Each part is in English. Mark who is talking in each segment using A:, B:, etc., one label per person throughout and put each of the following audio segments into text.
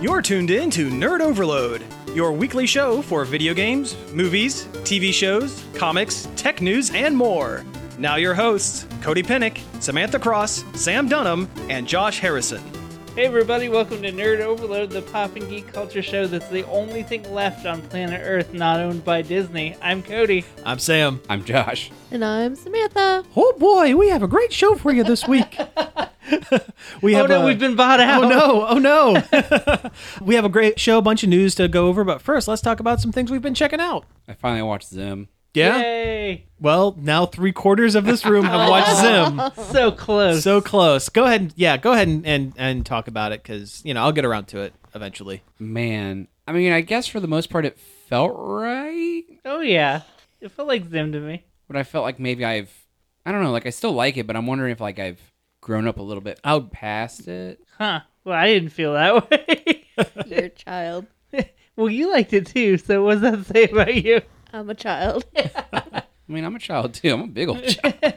A: You're tuned in to Nerd Overload, your weekly show for video games, movies, TV shows, comics, tech news, and more. Now, your hosts, Cody Pennick, Samantha Cross, Sam Dunham, and Josh Harrison.
B: Hey everybody, welcome to Nerd Overload, the pop and geek culture show that's the only thing left on planet Earth not owned by Disney. I'm Cody.
C: I'm Sam.
D: I'm Josh.
E: And I'm Samantha.
C: Oh boy, we have a great show for you this week. we
B: Oh
C: have
B: no,
C: a-
B: we've been bought out.
C: Oh no, oh no. we have a great show, a bunch of news to go over, but first let's talk about some things we've been checking out.
D: I finally watched Zim.
C: Yeah.
B: Yay!
C: Well, now three quarters of this room have watched Zim.
B: So close.
C: So close. Go ahead and yeah, go ahead and, and, and talk about it because you know I'll get around to it eventually.
D: Man, I mean, I guess for the most part it felt right,
B: oh yeah. It felt like Zim to me.
D: but I felt like maybe I've, I don't know, like I still like it, but I'm wondering if like I've grown up a little bit out past it.
B: Huh. Well, I didn't feel that way.
E: You're a child.
B: well, you liked it too, so what does that say about you?
E: I'm a child.
D: I mean, I'm a child too. I'm a big old child.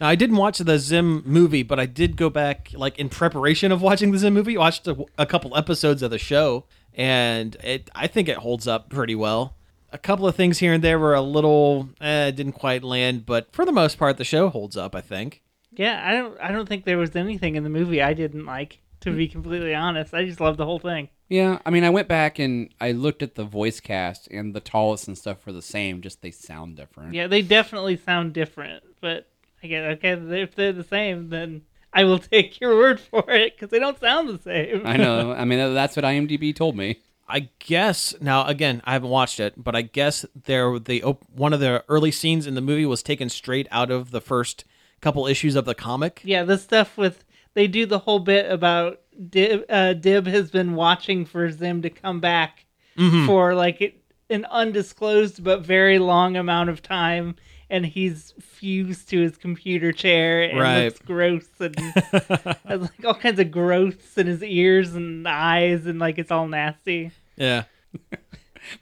C: Now, I didn't watch the Zim movie, but I did go back, like in preparation of watching the Zim movie, watched a, a couple episodes of the show, and it I think it holds up pretty well. A couple of things here and there were a little eh, didn't quite land, but for the most part, the show holds up. I think.
B: Yeah, I don't I don't think there was anything in the movie I didn't like, to be completely honest. I just loved the whole thing.
D: yeah, I mean, I went back and I looked at the voice cast, and the tallest and stuff were the same, just they sound different.
B: Yeah, they definitely sound different, but I guess okay, if they're the same, then I will take your word for it because they don't sound the same.
D: I know. I mean, that's what IMDb told me.
C: I guess now again, I haven't watched it, but I guess there the op- one of the early scenes in the movie was taken straight out of the first couple issues of the comic.
B: Yeah, the stuff with they do the whole bit about Dib, uh, Dib has been watching for Zim to come back
D: Mm-hmm.
B: for like it, an undisclosed but very long amount of time, and he's fused to his computer chair and
C: Right.
B: looks gross and has like all kinds of growths in his ears and eyes and like it's all nasty.
C: Yeah.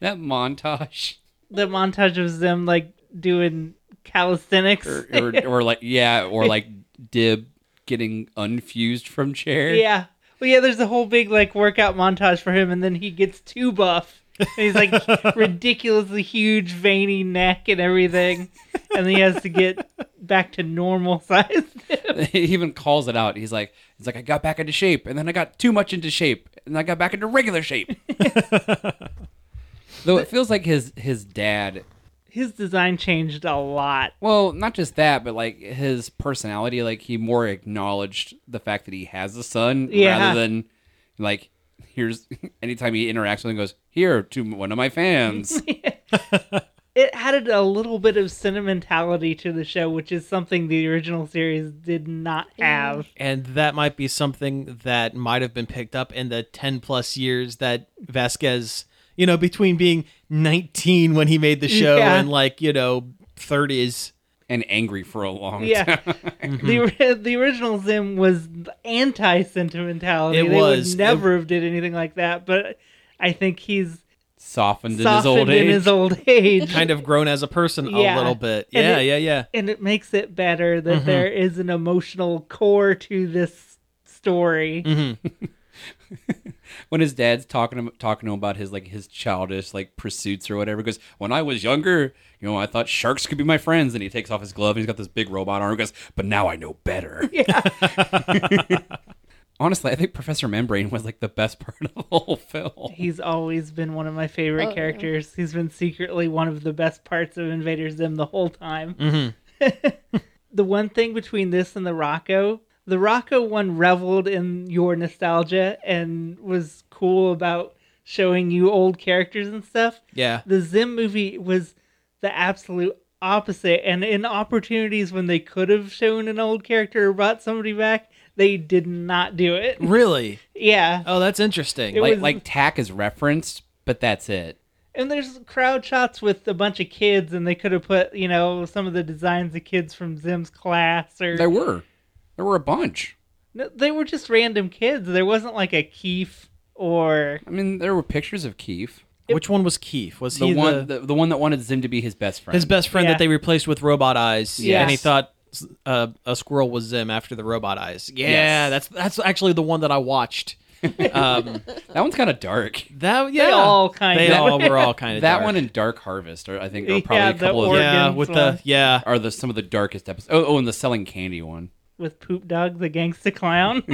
D: That montage,
B: the montage of them like doing calisthenics.
D: or, or, or like, yeah, or like Dib getting unfused from chair.
B: yeah. Well, yeah, there's a whole big like workout montage for him, and then he gets too buff. And he's like ridiculously huge, veiny neck and everything, and he has to get back to normal size.
D: he even calls it out. He's like, he's like, I got back into shape, and then I got too much into shape, and I got back into regular shape. Though it feels like his his dad.
B: His design changed a lot.
D: Well, not just that, but like his personality. Like he more acknowledged the fact that he has a son
B: Yeah.
D: rather than like here's anytime he interacts with him he goes here to one of my fans.
B: It added a little bit of sentimentality to the show, which is something the original series did not have.
C: and that might be something that might have been picked up in the 10 plus years that Vasquez, you know, between being 19 when he made the show
B: Yeah.
C: and like, you know, 30s.
D: and angry for a long
B: Yeah.
D: time.
B: The, ori- the original Zim was anti sentimentality.
C: It
B: They
C: was.
B: would never have did anything like that. But I think he's
D: Softened in his
B: softened
D: old
B: in
D: age.
B: his old age,
C: Kind of grown as a person a
B: Yeah.
C: little bit.
B: And
C: Yeah,
B: it-
C: yeah, yeah.
B: and it makes it better that there is an emotional core to this story.
D: when his dad's talking to him, talking to him about his like his childish like pursuits or whatever, he goes, "When I was younger, you know, I thought sharks could be my friends." And he takes off his glove and he's got this big robot arm. He goes, "But now I know better."
B: Yeah,
D: Honestly, I think Professor Membrane was like the best part of the whole film.
B: he's always been one of my favorite
E: Oh, yeah.
B: characters. He's been secretly one of the best parts of Invader Zim the whole time. the one thing between this and the Rocco, the Rocco one reveled in your nostalgia and was cool about showing you old characters and stuff.
C: Yeah.
B: The Zim movie was the absolute opposite, and in opportunities when they could have shown an old character or brought somebody back, they did not do it.
C: Really?
B: Yeah,
C: Oh, that's interesting.
B: It
D: Like
B: was-
D: like Tack is referenced, but that's it.
B: and there's crowd shots with a bunch of kids, and they could have put you know some of the designs of kids from Zim's class or
D: There were there were a bunch.
B: No, they were just random kids. There wasn't like a Keef or
D: I mean, there were pictures of Keef,
C: Which one was Keith? Was
D: the
C: he
D: one
C: the,
D: the, the one that wanted Zim to be his best friend.
C: his best friend
B: Yeah.
C: that they replaced with robot eyes?
B: Yes.
C: And he thought uh, a squirrel was Zim after the robot eyes. Yeah,
D: Yes.
C: that's that's actually the one that I watched. Um,
D: That one's kind of dark.
C: that yeah,
B: all kinda-
C: They all were all kind of
D: That one and Dark Harvest are I think are probably
B: Yeah,
D: a
B: the
D: couple of
B: organ-
C: yeah,
B: Oregon's
C: with
B: one.
C: the yeah.
D: are the some of the darkest episodes. Oh, oh, and the selling candy one.
B: with Poop Dog the Gangsta Clown.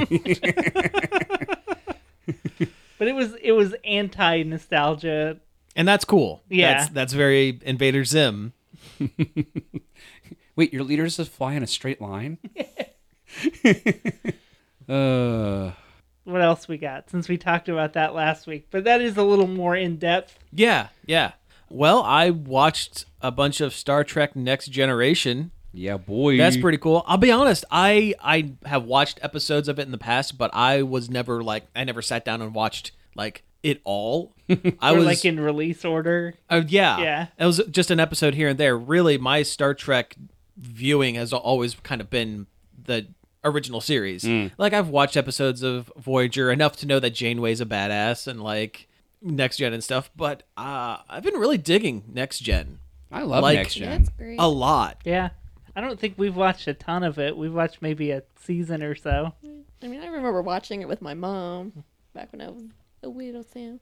B: but it was it was anti nostalgia.
C: and that's cool.
B: Yeah.
C: that's, that's very Invader Zim.
D: Wait, your leaders just fly in a straight line? uh,
B: What else we got? Since we talked about that last week, but that is a little more in depth.
C: Yeah, yeah. Well, I watched a bunch of Star Trek Next Generation.
D: yeah, boy.
C: That's pretty cool. I'll be honest, I I have watched episodes of it in the past, but I was never like I never sat down and watched like it all. I
B: or
C: was
B: like in release order.
C: Oh yeah,
B: Yeah.
C: It was just an episode here and there. Really, my Star Trek viewing has always kind of been the original series.
B: Mm.
C: Like I've watched episodes of Voyager enough to know that Janeway's a badass and like Next Gen and stuff. But uh, I've been really digging Next Gen
D: I love
C: like-
D: next gen.
E: That's great.
B: Oh.
C: a lot.
B: Yeah, I don't think we've watched a ton of it. We've watched maybe a season or so.
E: I mean, I remember watching it with my mom back when I was a weirdo Sam.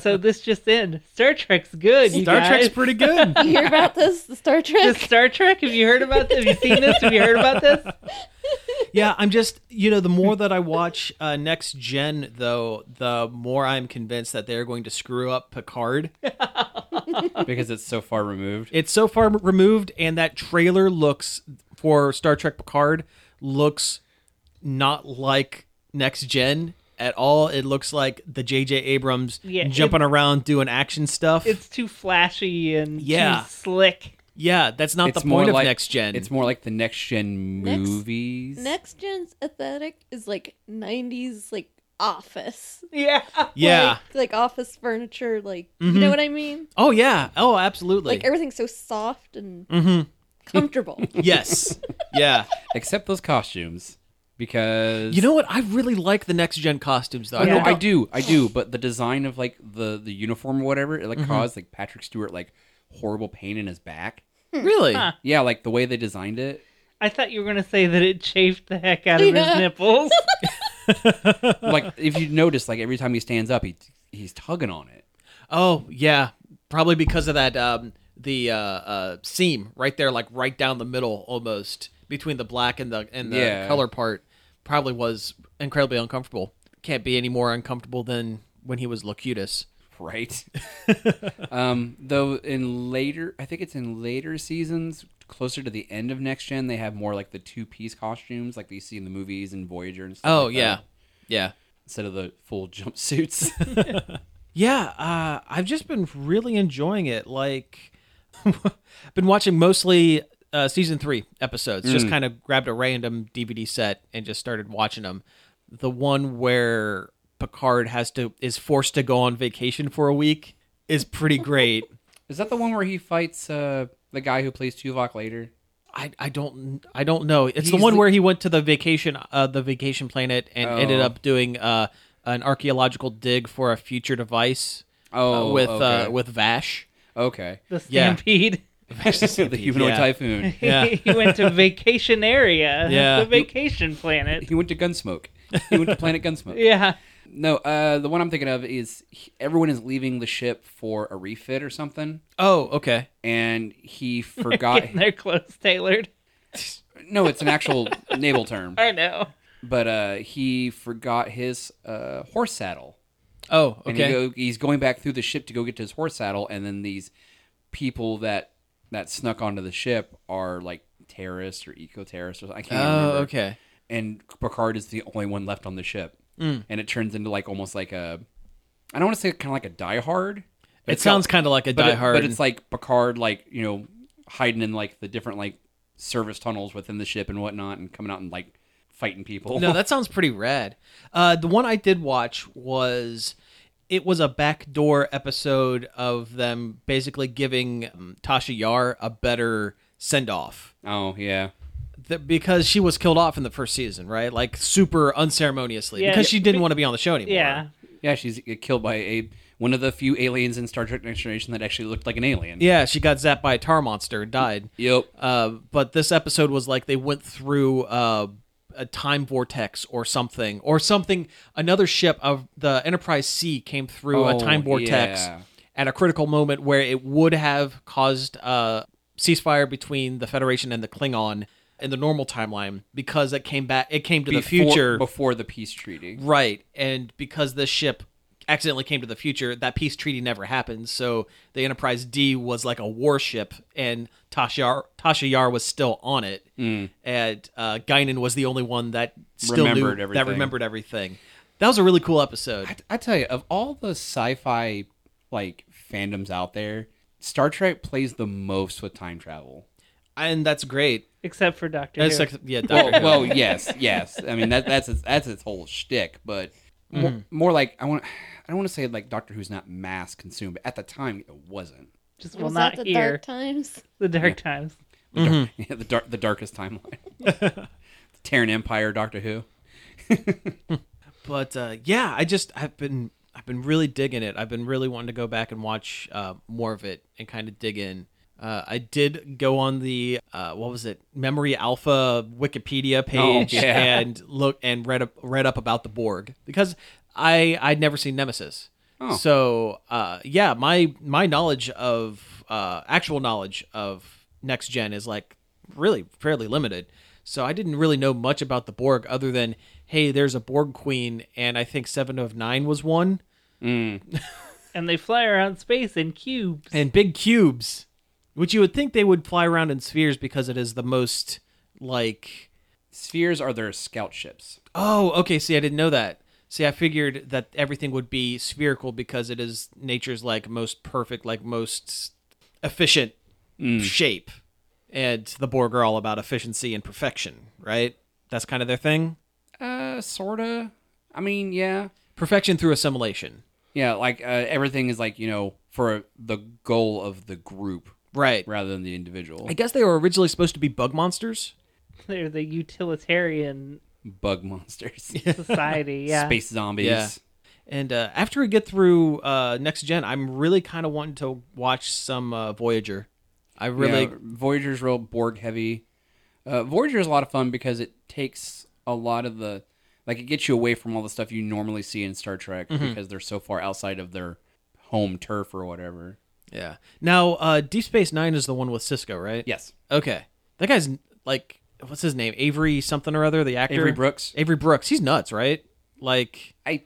B: so this just in: Star Trek's good. You
C: Star
B: guys.
C: Trek's pretty good.
E: You hear about this? The Star
B: The
E: Trek?
B: Star Trek. Have you heard about this? Have you seen this? Have you heard about this?
C: yeah, I'm just you know the more that I watch uh, Next Gen though, the more I'm convinced that they're going to screw up Picard.
D: because it's so far removed.
C: It's so far removed, and that trailer looks for Star Trek Picard looks not like next gen at all. It looks like the J.J. Abrams
B: Yeah, it-
C: jumping around doing action stuff.
B: It's too flashy and
C: Yeah.
B: too slick.
C: yeah, that's not
D: it's
C: the point of
D: like
C: next gen.
D: It's more like the next gen
E: Next-
D: movies.
E: Next Gen's aesthetic is like 90s, like office.
B: Yeah. Mm-hmm.
C: yeah.
E: Like, like office furniture. Like, you know what I mean?
C: oh yeah. Oh, absolutely.
B: er
E: Like, everything's so soft
B: Mm.
E: and
C: Mhm.
E: comfortable.
C: yes. yeah.
D: Except those costumes. Because
C: You know what? I really like the next gen costumes though.
D: I,
C: I
D: know,
B: Yeah.
D: I do, I do, but the design of like the the uniform or whatever, it like
C: Mm-hmm.
D: caused like Patrick Stewart like horrible pain in his back.
C: don't- really.
B: Huh.
D: Yeah, like the way they designed it.
B: I thought you were gonna say that it chafed the heck out of his
E: Yeah.
B: nipples.
D: Like if you notice, like every time he stands up, he he's tugging on it.
C: Oh yeah, probably because of that um, the uh, uh, seam right there, like right down the middle, almost between the black and the and the
D: Yeah.
C: color part. Probably was incredibly uncomfortable. Can't be any more uncomfortable than when he was Locutus.
D: right? um, though in later, I think it's in later seasons, closer to the end of next gen, they have more like the two piece costumes, like you see in the movies and Voyager and stuff.
C: Oh
D: like
C: yeah,
D: that,
C: yeah,
D: instead of the full jumpsuits.
C: yeah. Uh, I've just been really enjoying it. Like, been watching mostly. Uh, season three episodes.
D: Mm.
C: Just kind of grabbed a random DVD set and just started watching them. the one where Picard has to is forced to go on vacation for a week is pretty great.
D: Is that the one where he fights uh, the guy who plays Tuvok later?
C: I, I don't I don't know. It's the
D: He's
C: one
D: the-
C: where he went to the vacation uh, the vacation planet and ended
D: Oh.
C: up doing uh, an archaeological dig for a future device uh,
D: Oh,
C: with
D: okay.
C: uh, with Vash.
D: okay,
B: the
C: Yeah.
B: stampede.
D: the humanoid
C: yeah.
D: typhoon.
C: Yeah.
B: he went to vacation area.
C: Yeah.
B: The vacation planet.
D: He went to Gunsmoke. He went to Planet Gunsmoke.
B: Yeah.
D: No, uh, the one I'm thinking of is he- everyone is leaving the ship for a refit or something,
C: Oh, okay.
D: and he forgot.
B: Getting their clothes tailored.
D: no, it's an actual naval term.
B: I know.
D: but uh, he forgot his uh, horse saddle.
C: Oh,
D: And he
C: okay.
D: go, he's going back through the ship to go get to his horse saddle, and then these people that that snuck onto the ship are like terrorists or eco terrorists. Or, I can't
C: Oh,
D: remember.
C: okay.
D: And Picard is the only one left on the ship,
C: Mm.
D: and it turns into like almost like a I don't want to say kind of like a Die Hard. but
C: It
D: it's
C: sounds
D: got-
C: kind of like a
D: but
C: Die
D: it-
C: Hard.
D: but it's like Picard, like you know, hiding in like the different like service tunnels within the ship and whatnot, and coming out and like fighting people.
C: No, that sounds pretty rad. Uh, the one I did watch was it was a backdoor episode of them basically giving um, Tasha Yar a better send off
D: oh yeah.
C: Th- because she was killed off in the first season, right? Like super unceremoniously
B: Yeah.
C: because she didn't want to be on the show anymore.
B: Yeah.
D: Yeah, she's killed by a one of the few aliens in Star Trek Next Generation that actually looked like an alien.
C: Yeah, she got zapped by a tar monster and died.
D: Yep.
C: Uh, but this episode was like they went through uh, a time vortex or something, or something. Another ship of the Enterprise C came through a
D: Oh,
C: time vortex
D: yeah.
C: at a critical moment where it would have caused a ceasefire between the Federation and the Klingon in the normal timeline because it came back. It came to the
D: Before-
C: future,
D: before the peace treaty.
C: right? And because this ship accidentally came to the future, that peace treaty never happened. So the Enterprise D was like a warship, and Tasha Yar, Tasha Yar was still on it,
D: Hmm.
C: and uh, Guinan was the only one that still
D: Remembered
C: knew,
D: everything.
C: that remembered everything. That was a really cool episode.
D: I, I tell you, of all the sci-fi like fandoms out there, Star Trek plays the most with time travel.
C: and that's great.
B: except for Doctor
C: That's
B: Who.
C: like- yeah,
D: Well,
C: Doctor Who.
D: well, yes, yes. I mean that that's its, that's its whole shtick, but more, more like I want. I don't want to say like Doctor Who's not mass consumed, but at the time it wasn't.
B: Just
E: Was
B: well,
E: that
B: not
E: the
B: here.
E: dark times?
B: the Dark Times.
D: The, dark, yeah, the, dark, the darkest timeline. the Terran Empire, Doctor Who.
C: but uh, yeah, I just I've been I've been really digging it. I've been really wanting to go back and watch uh, more of it and kind of dig in. Uh, I did go on the uh, what was it Memory Alpha Wikipedia page
D: yeah.
C: and look and read up read up about the Borg because I I'd never seen Nemesis.
D: Oh.
C: So uh, yeah, my my knowledge of uh, actual knowledge of next gen is like really fairly limited. So I didn't really know much about the Borg other than hey, there's a Borg queen, and I think Seven of Nine was one,
B: And they fly around space in cubes.
C: and big cubes, which you would think they would fly around in spheres because it is the most like
D: Spheres are their scout ships.
C: oh okay. See, I didn't know that. See, I figured that everything would be spherical because it is nature's like most perfect, like most efficient shape. And the Borg are all about efficiency and perfection, right? That's kind of their thing.
D: Uh, sorta. I mean, yeah.
C: Perfection through assimilation.
D: Yeah, like uh, everything is like you know for the goal of the group
C: Right.
D: rather than the individual.
C: I guess they were originally supposed to be bug monsters.
B: They're the utilitarian
D: Bug monsters,
B: society. Yeah.
D: space zombies.
C: Yeah. And uh, after we get through uh, next gen, I'm really kind of wanting to watch some uh, Voyager. I really,
D: Yeah, Voyager's real Borg heavy. Uh, Voyager is a lot of fun because it takes a lot of the like it gets you away from all the stuff you normally see in Star Trek
C: Mm-hmm.
D: because they're so far outside of their home turf or whatever.
C: yeah. Now, uh, Deep Space Nine is the one with Cisco, right?
D: Yes,
C: Okay. That guy's like, what's his name? Avery something or other, the actor.
D: Avery Brooks.
C: Avery Brooks. He's nuts, right? Like,
D: I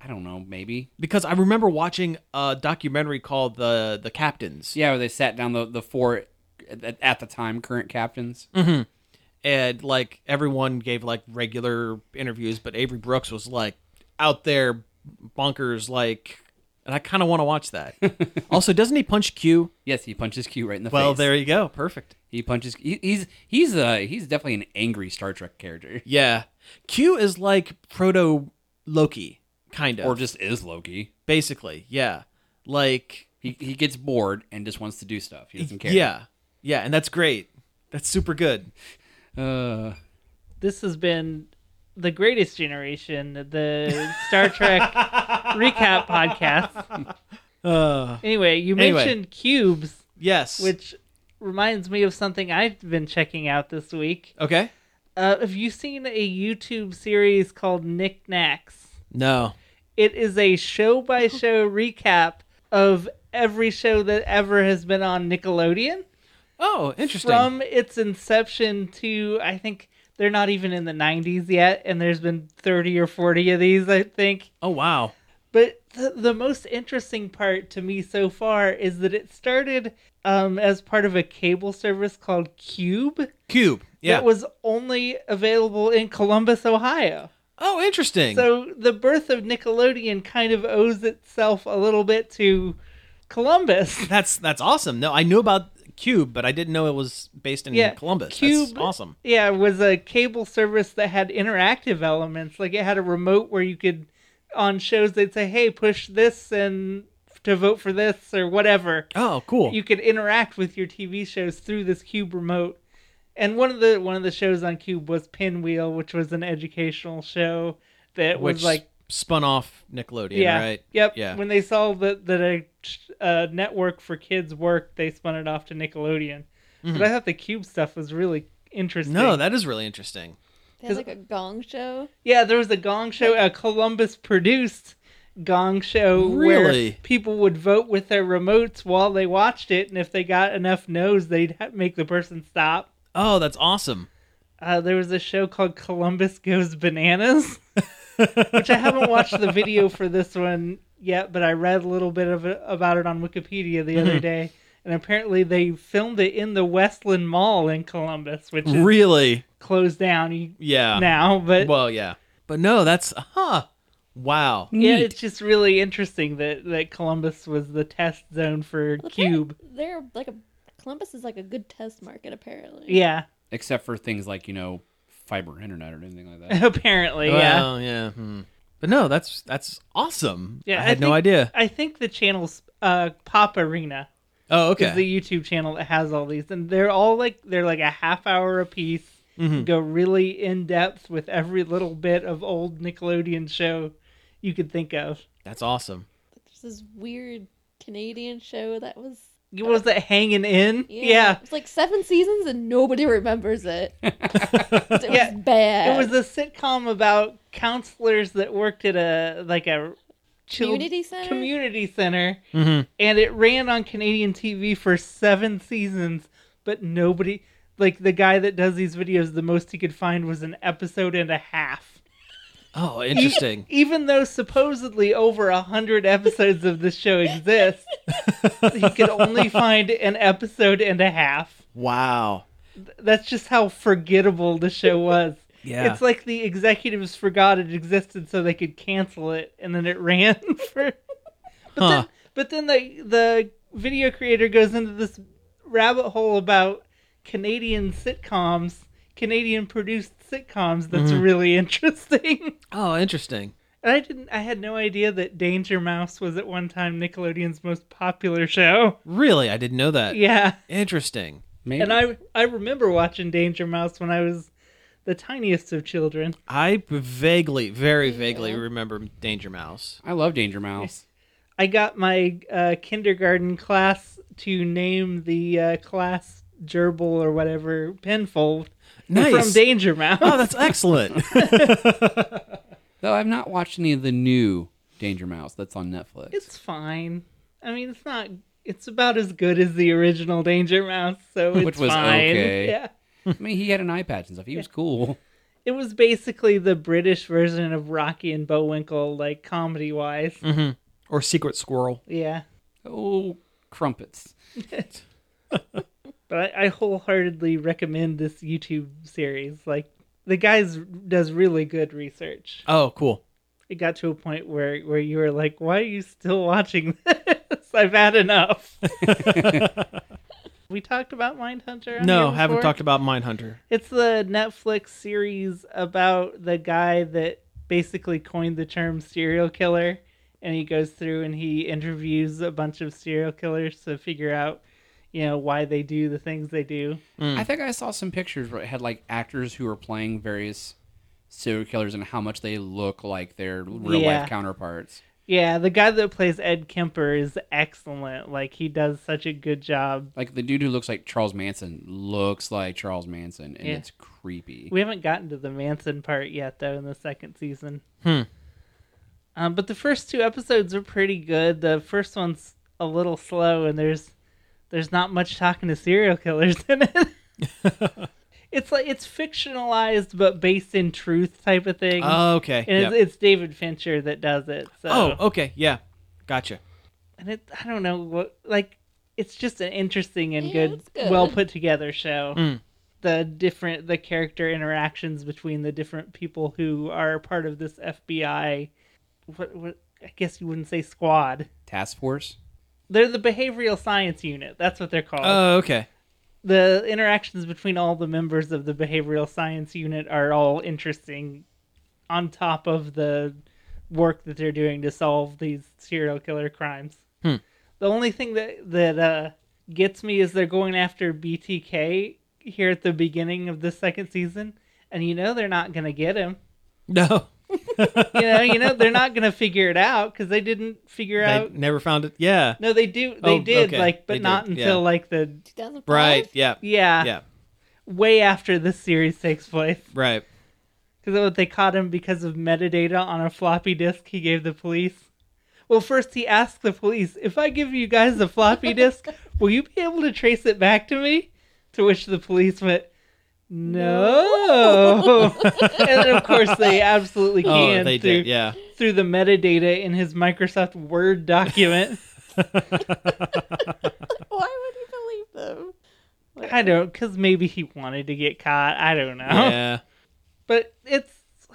D: I don't know, maybe.
C: because I remember watching a documentary called the the Captains.
D: Yeah, where they sat down the the four at, at the time current captains.
C: Mm. and like everyone gave like regular interviews but avery brooks was like out there bonkers like and i kind of want to watch that also doesn't he punch q
D: Yes, he punches Q right in the
C: well
D: face.
C: there you go perfect
D: He punches. He, he's he's uh he's definitely an angry Star Trek character,
C: yeah q is like proto loki kind of
D: or just is Loki.
C: basically yeah like
D: He he gets bored and just wants to do stuff. He doesn't care.
C: yeah yeah and that's great that's super good
D: Uh,
B: This has been the greatest generation, the Star Trek recap podcast.
C: uh
B: Anyway, you
C: Anyway.
B: mentioned cubes,
C: yes
B: which reminds me of something I've been checking out this week.
C: okay
B: Uh, have you seen a YouTube series called Knick Knacks?
C: no
B: It is a show by show recap of every show that ever has been on Nickelodeon
C: oh interesting
B: from its inception to I think they're not even in the 90s yet and there's been 30 or 40 of these I think.
C: oh wow
B: But the, the most interesting part to me so far is that it started um, as part of a cable service called Cube
C: cube yeah
B: that was only available in Columbus, Ohio.
C: oh interesting
B: So the birth of Nickelodeon kind of owes itself a little bit to Columbus.
C: That's that's awesome. No, I knew about Cube, but I didn't know it was based in
B: Yeah,
C: Columbus.
B: Cube-
C: that's awesome.
B: Yeah, it was a cable service that had interactive elements. Like it had a remote where you could on shows they'd say, "Hey, push this and to vote for this or whatever."
C: Oh, cool.
B: You could interact with your TV shows through this cube remote. And one of the one of the shows on Cube was Pinwheel, which was an educational show that
C: Which
B: was like
C: spun off Nickelodeon, right?
B: Yep.
C: Yeah.
B: When they saw that that a, a network for kids worked, they spun it
C: Mm-hmm.
B: off to Nickelodeon. But I thought the Cube stuff was really interesting.
C: no, that is really interesting.
E: It has like a gong show.
B: Yeah, there was a gong show, a Columbus produced gong show where
C: Really?
B: people would vote with their remotes while they watched it, and if they got enough no's, they'd ha- make the person stop.
C: Oh, that's awesome.
B: Uh, there was a show called Columbus Goes Bananas, which I haven't watched the video for this one yet, but I read a little bit of it, about it on Wikipedia the
C: Mm-hmm.
B: other day. And apparently, they filmed it in the Westland Mall in Columbus, which is
C: Really?
B: closed down y-
C: Yeah.
B: now. But
C: Ah. Well, yeah. But no, that's huh. Wow.
B: Yeah,
D: Neat.
B: it's just really interesting that, that Columbus was the test zone for
E: Well, they're-
B: Cube.
E: They're, like a Columbus is like a good test market apparently.
B: Yeah,
D: except for things like you know fiber internet or anything like that.
B: apparently, yeah.
C: Well, yeah. hmm. But no, that's that's awesome.
B: Yeah,
C: I
B: I
C: had no
B: think-
C: idea.
B: I think the channel's uh, Pop Arena
C: Oh,
B: is
C: okay.
B: the YouTube channel that has all these, and they're all like they're like a half hour a piece.
C: Mm-hmm.
B: Go really in depth with every little bit of old Nickelodeon show you could think of.
C: That's awesome.
E: There's this weird Canadian show that was.
B: What was that hanging in?
E: Yeah. It's like seven seasons and nobody remembers it. 'Cause it
B: Yeah.
E: was bad.
B: it was a sitcom about counselors that worked at a like a chil-
E: Community center?
B: community center
C: Mhm.
B: and it ran on Canadian TV for seven seasons, but nobody like the guy that does these videos, the most he could find was an episode and a half.
C: Oh,
B: E-
C: interesting.
B: even though supposedly over a hundred episodes of this show exist, he could only find an episode and a half.
C: wow.
B: That's just how forgettable the show was.
C: Yeah.
B: It's like the executives forgot it existed so they could cancel it and then it ran for But
C: Huh.
B: then but then the the video creator goes into this rabbit hole about Canadian sitcoms, Canadian produced sitcoms that's really interesting.
C: Oh, interesting.
B: And I didn't I had no idea that Danger Mouse was at one time Nickelodeon's most popular show.
C: Really, I didn't know that.
B: Yeah.
C: Interesting.
D: Maybe.
B: And I I remember watching Danger Mouse when I was the tiniest of children.
C: I vaguely, very vaguely remember Danger Mouse.
D: I love Danger Mouse.
B: I got my uh, kindergarten class to name the uh, class gerbil or whatever penfold from
C: Nice.
B: Danger Mouse.
C: Oh, that's excellent.
D: Though I've not watched any of the new Danger Mouse that's on Netflix.
B: it's fine. I mean, it's not. It's about as good as the original Danger Mouse, so it's
D: Which was
B: fine.
D: okay.
B: Yeah,
D: I mean, he had an eye patch and stuff. He was cool.
B: it was basically the British version of Rocky and Bullwinkle, like comedy wise.
C: Mm. or Secret Squirrel.
B: Yeah,
D: Oh, crumpets.
B: but I, I wholeheartedly recommend this YouTube series. Like the guys does really good research.
C: Oh, cool.
B: it got to a point where where you were like, "Why are you still watching this? I've had enough." we talked about Mindhunter. on
C: No,
B: here
C: haven't
B: before?
C: talked about Mindhunter.
B: It's the Netflix series about the guy that basically coined the term serial killer, and he goes through and he interviews a bunch of serial killers to figure out, you know, why they do the things they do.
D: I think I saw some pictures where it had like actors who were playing various serial killers and how much they look like their real
B: Yeah.
D: life counterparts.
B: Yeah, the guy that plays Ed Kemper is excellent. Like he does such a good job
D: Like the dude who looks like Charles Manson looks like Charles Manson, and
B: Yeah.
D: it's creepy.
B: We haven't gotten to the Manson part yet, though, in the second season.
C: Hmm.
B: Um, but the first two episodes are pretty good. The first one's a little slow, and there's there's not much talking to serial killers in it. it's like it's fictionalized but based in truth type of thing.
C: Oh, okay.
B: and
C: Yeah.
B: it's, it's David Fincher that does it. So
C: Oh, okay. Yeah. Gotcha.
B: and it I don't know what like it's just an interesting and
E: Yeah,
B: good,
E: it's good.
B: well put together show. The different the character interactions between the different people who are part of this FBI what what I guess you wouldn't say squad.
D: Task Force.
B: They're the behavioral science unit. That's what they're called.
C: Oh, okay.
B: the interactions between all the members of the behavioral science unit are all interesting on top of the work that they're doing to solve these serial killer crimes.
C: Hmm.
B: The only thing that that uh, gets me is they're going after BTK here at the beginning of the second season, and you know they're not going to get him.
C: No,
B: You know, you know they're not going to figure it out because they didn't figure
C: I
B: out.
C: never found it. Yeah.
B: No, they do. They
C: Oh,
B: did
C: okay. They
B: like, but
C: did,
B: not
C: yeah.
B: until like the
E: 2005.
C: Right. Yeah.
B: yeah,
C: Yeah.
B: way after this series takes place.
C: Right.
B: Because they caught him because of metadata on a floppy disk he gave the police. Well, first he asked the police, if I give you guys the floppy disk, will you be able to trace it back to me? To which the police went, no. and then, of course, they absolutely can
C: oh, they
B: through,
C: did. Yeah.
B: through the metadata in his Microsoft Word document.
E: Why would you believe them?
B: I don't, because maybe he wanted to get caught. I don't know.
C: Yeah.
B: But it's,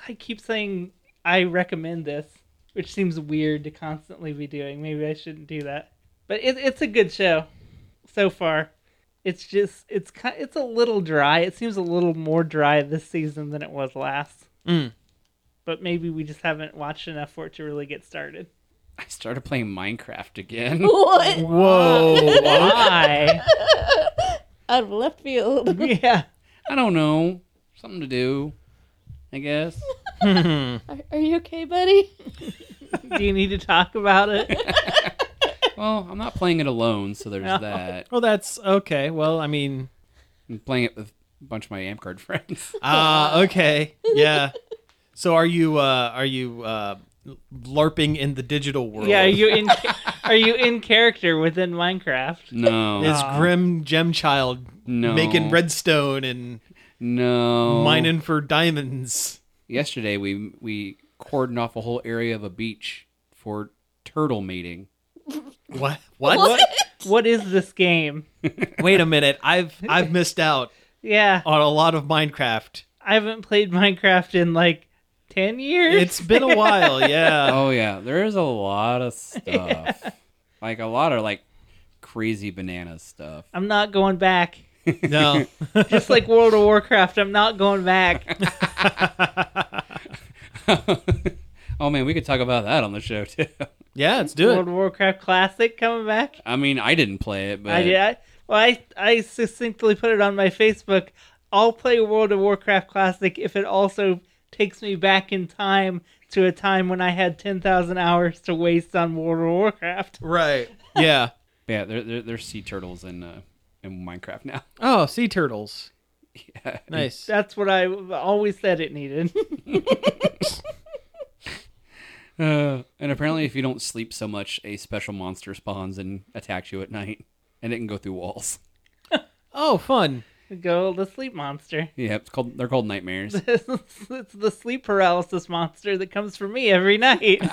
B: I keep saying I recommend this, which seems weird to constantly be doing. Maybe I shouldn't do that. But it, it's a good show so far. It's just, it's kind, it's a little dry. It seems a little more dry this season than it was last.
C: Mm.
B: But maybe we just haven't watched enough for it to really get started.
D: I started playing Minecraft again.
E: What?
C: Whoa.
B: Why?
E: Out of left field.
B: yeah.
D: I don't know. Something to do, I guess.
E: Are, are you okay, buddy?
B: Do you need to talk about it?
D: Well, I'm not playing it alone, so there's that.
C: well, that's okay. Well, I mean,
D: I'm playing it with a bunch of my Amcard friends.
C: ah, okay. Yeah. So are you uh are you uh larping in the digital world?
B: Yeah, are you in are you in character within Minecraft?
D: No.
C: Is
B: Aw.
C: Grim Gemchild
D: no.
C: making redstone and
D: No.
C: mining for diamonds?
D: Yesterday, we we cordoned off a whole area of a beach for turtle mating.
C: What? What?
B: What is this game?
C: Wait a minute. I've I've missed out
B: Yeah,
C: on a lot of Minecraft.
B: I haven't played Minecraft in like 10 years.
C: It's been a while. Yeah.
D: Oh yeah, there is a lot of stuff. Like a lot of like crazy banana stuff.
B: I'm not going back.
C: No.
B: Just like World of Warcraft, I'm not going back.
D: oh man, we could talk about that on the show too.
C: Yeah, let's do
B: World
C: it.
B: of Warcraft Classic coming back.
D: I mean, I didn't play it, but
B: I did. I, well, I, I succinctly put it on my Facebook. I'll play World of Warcraft Classic if it also takes me back in time to a time when I had 10,000 hours to waste on World of Warcraft.
C: Right. Yeah.
D: yeah, there, there, there's sea turtles in uh, in Minecraft now.
C: Oh, sea turtles.
D: Yeah.
C: Nice.
B: That's what I always said it needed.
D: Uh, and apparently, if you don't sleep so much, a special monster spawns and attacks you at night, and it can go through walls.
C: Oh, fun.
B: Go the sleep monster.
D: Yeah, it's called they're called nightmares.
B: it's the sleep paralysis monster that comes for me every night.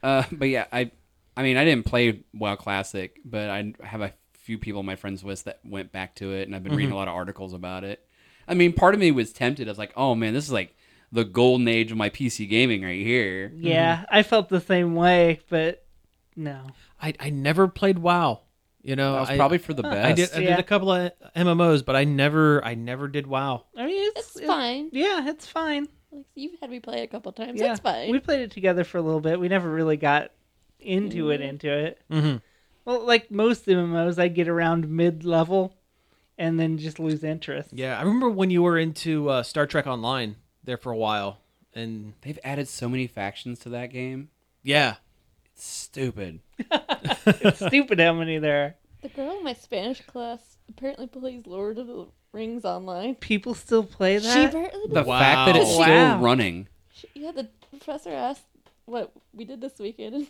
D: Uh, but yeah, I, I mean, I didn't play WoW Classic, but I have a few people on my friends list that went back to it, and I've been
C: Mm-hmm.
D: reading a lot of articles about it. I mean, part of me was tempted. I was like, oh man, this is like the golden age of my PC gaming right here.
B: yeah, I felt the same way, but no.
C: I, I never played WoW. You know,
D: That was
C: I,
D: probably for the best.
C: I did uh, I
B: Yeah.
C: did a couple of MMOs, but I never I never did WoW.
B: I mean, it's,
E: It's fine.
B: Yeah, it's fine.
E: Like, you've had me play it a couple times.
B: yeah.
E: That's fine.
B: We played it together for a little bit. We never really got into
E: Mm-hmm.
B: it. Into it.
D: Mm-hmm.
C: Mhm.
B: Well, like most MMOs, I get around mid level, and then just lose interest.
C: Yeah, I remember when you were into uh, Star Trek Online there for a while, and
D: They've added so many factions to that game.
C: yeah,
D: It's stupid.
B: It's stupid how many there. are.
E: The girl in my Spanish class apparently plays Lord of the Rings online.
B: People still play
E: She
B: that.
E: apparently
D: The
E: does.
C: Wow.
D: fact that it's still
B: Wow.
D: running.
E: she- yeah, the professor asked what we did this weekend.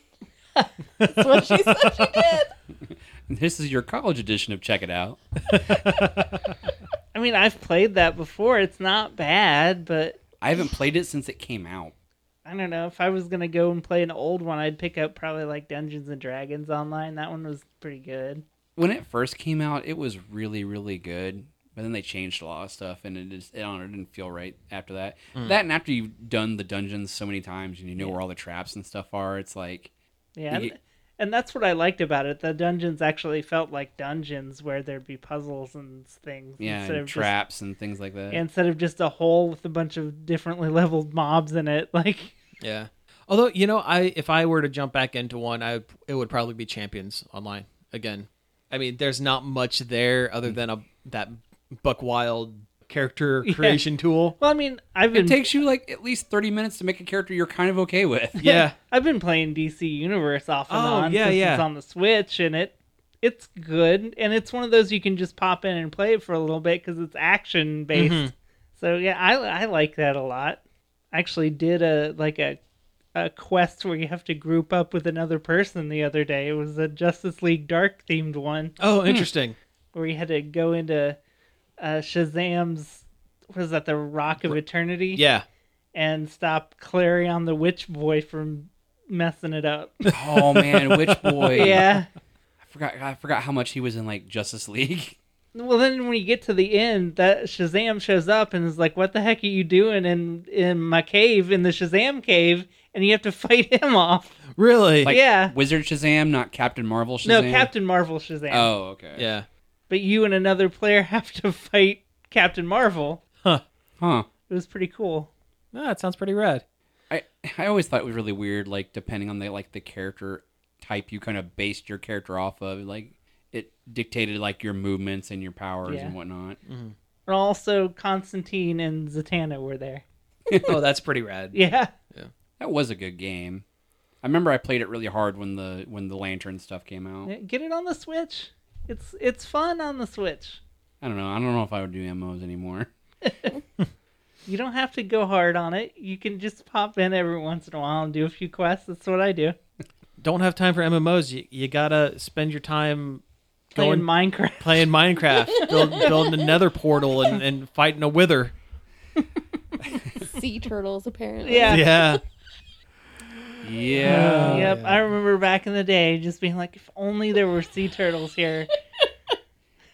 E: That's what she said she did.
D: This is your college edition of Check It Out.
B: I mean, I've played that before. It's not bad, but
D: I haven't played it since it came out.
B: I don't know. If I was gonna go and play an old one, I'd pick up probably like Dungeons and Dragons online. That one was pretty good.
D: when it first came out, it was really, really good. But then they changed a lot of stuff, and it just I don't know, it didn't feel right after that. That and after you've done the dungeons so many times and you know where all the traps and stuff are, it's like
B: Yeah.
D: You
B: And,
D: get-
B: and that's what I liked about it. The dungeons actually felt like dungeons where there'd be puzzles and things
D: yeah,
B: instead
D: and
B: of
D: traps and things like that.
B: just instead of just a hole with a bunch of differently leveled mobs in it. Like
C: yeah. Although you know, I if I were to jump back into one, I would, it would probably be Champions Online again. I mean, there's not much there other
D: Mm.
C: than a that Buck Wild character creation tool.
B: well, I mean, I've been
D: it takes you like at least thirty minutes to make a character you're kind of okay with.
C: Yeah,
B: I've been playing DC Universe off and
C: Oh,
B: on
C: yeah,
B: since
C: yeah.
B: it's on the Switch, and it it's
C: Mm-hmm.
B: good, and it's one of those you can just pop in and play it for a little bit because it's action based. So yeah, I I like that a lot. I actually did a like a a quest where you have to group up with another person the other day. It was a Justice League Dark themed one
C: Oh, interesting.
B: where you had to go into uh, Shazam's was that the Rock of Eternity
C: Yeah.
B: and stop Clarion the Witch Boy from messing it up.
D: Oh man, Witch Boy.
B: yeah.
D: I forgot. I forgot how much he was in like Justice League.
B: Well, then when you get to the end, that Shazam shows up and is like, "What the heck are you doing in in my cave in the Shazam cave?" And you have to fight him off.
C: Really?
D: Like
B: Yeah.
D: Wizard Shazam, not Captain Marvel Shazam.
B: No, Captain Marvel Shazam.
D: Oh, okay.
C: yeah.
B: But you and another player have to fight Captain Marvel.
D: Huh.
B: It was pretty cool.
C: No, Ah, that sounds pretty rad.
D: I I always thought it was really weird, like depending on the like the character type you kind of based your character off of, like it dictated like your movements and your powers
B: Yeah.
D: and whatnot.
B: And also Constantine and Zatanna were there.
C: oh, that's pretty rad.
B: Yeah.
D: That was a good game. I remember I played it really hard when the when the lantern stuff came out.
B: Get it on the Switch. It's it's fun on the Switch.
D: I don't know. I don't know if I would do MMOs anymore.
B: You don't have to go hard on it. You can just pop in every once in a while and do a few quests. That's what I do.
C: Don't have time for MMOs. You, you gotta spend your time
B: Playing
C: Going-
B: Minecraft.
C: playing Minecraft, build, building another portal, and, and fighting a wither.
E: sea turtles apparently.
B: Yeah.
C: Yeah.
D: Oh, Yeah.
B: yep, I remember back in the day just being like, if only there were sea turtles here.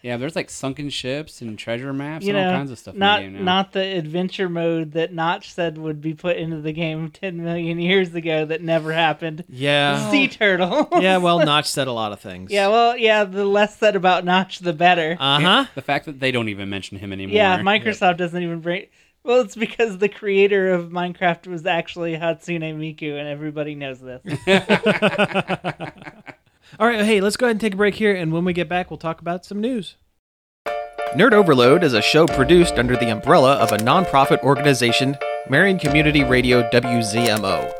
D: Yeah, there's like sunken ships and treasure maps
B: you
D: and
B: know,
D: all kinds of stuff
B: not
D: in the game now.
B: not the adventure mode that Notch said would be put into the game 10 million years ago that never happened.
D: Oh.
C: Yeah.
B: Sea turtle.
C: Yeah, well, Notch said a lot of things.
B: yeah, well, yeah, the less said about Notch, the better.
C: Uh huh.
D: the fact that they don't even mention him anymore.
B: yeah, Microsoft doesn't even bring. Well, it's because the creator of Minecraft was actually Hatsune Miku, and everybody knows this.
C: All right, hey, let's go ahead and take a break here, and when we get back, we'll talk about some news. Nerd Overload is a show produced under the umbrella of a nonprofit organization, Marion Community Radio WZMO.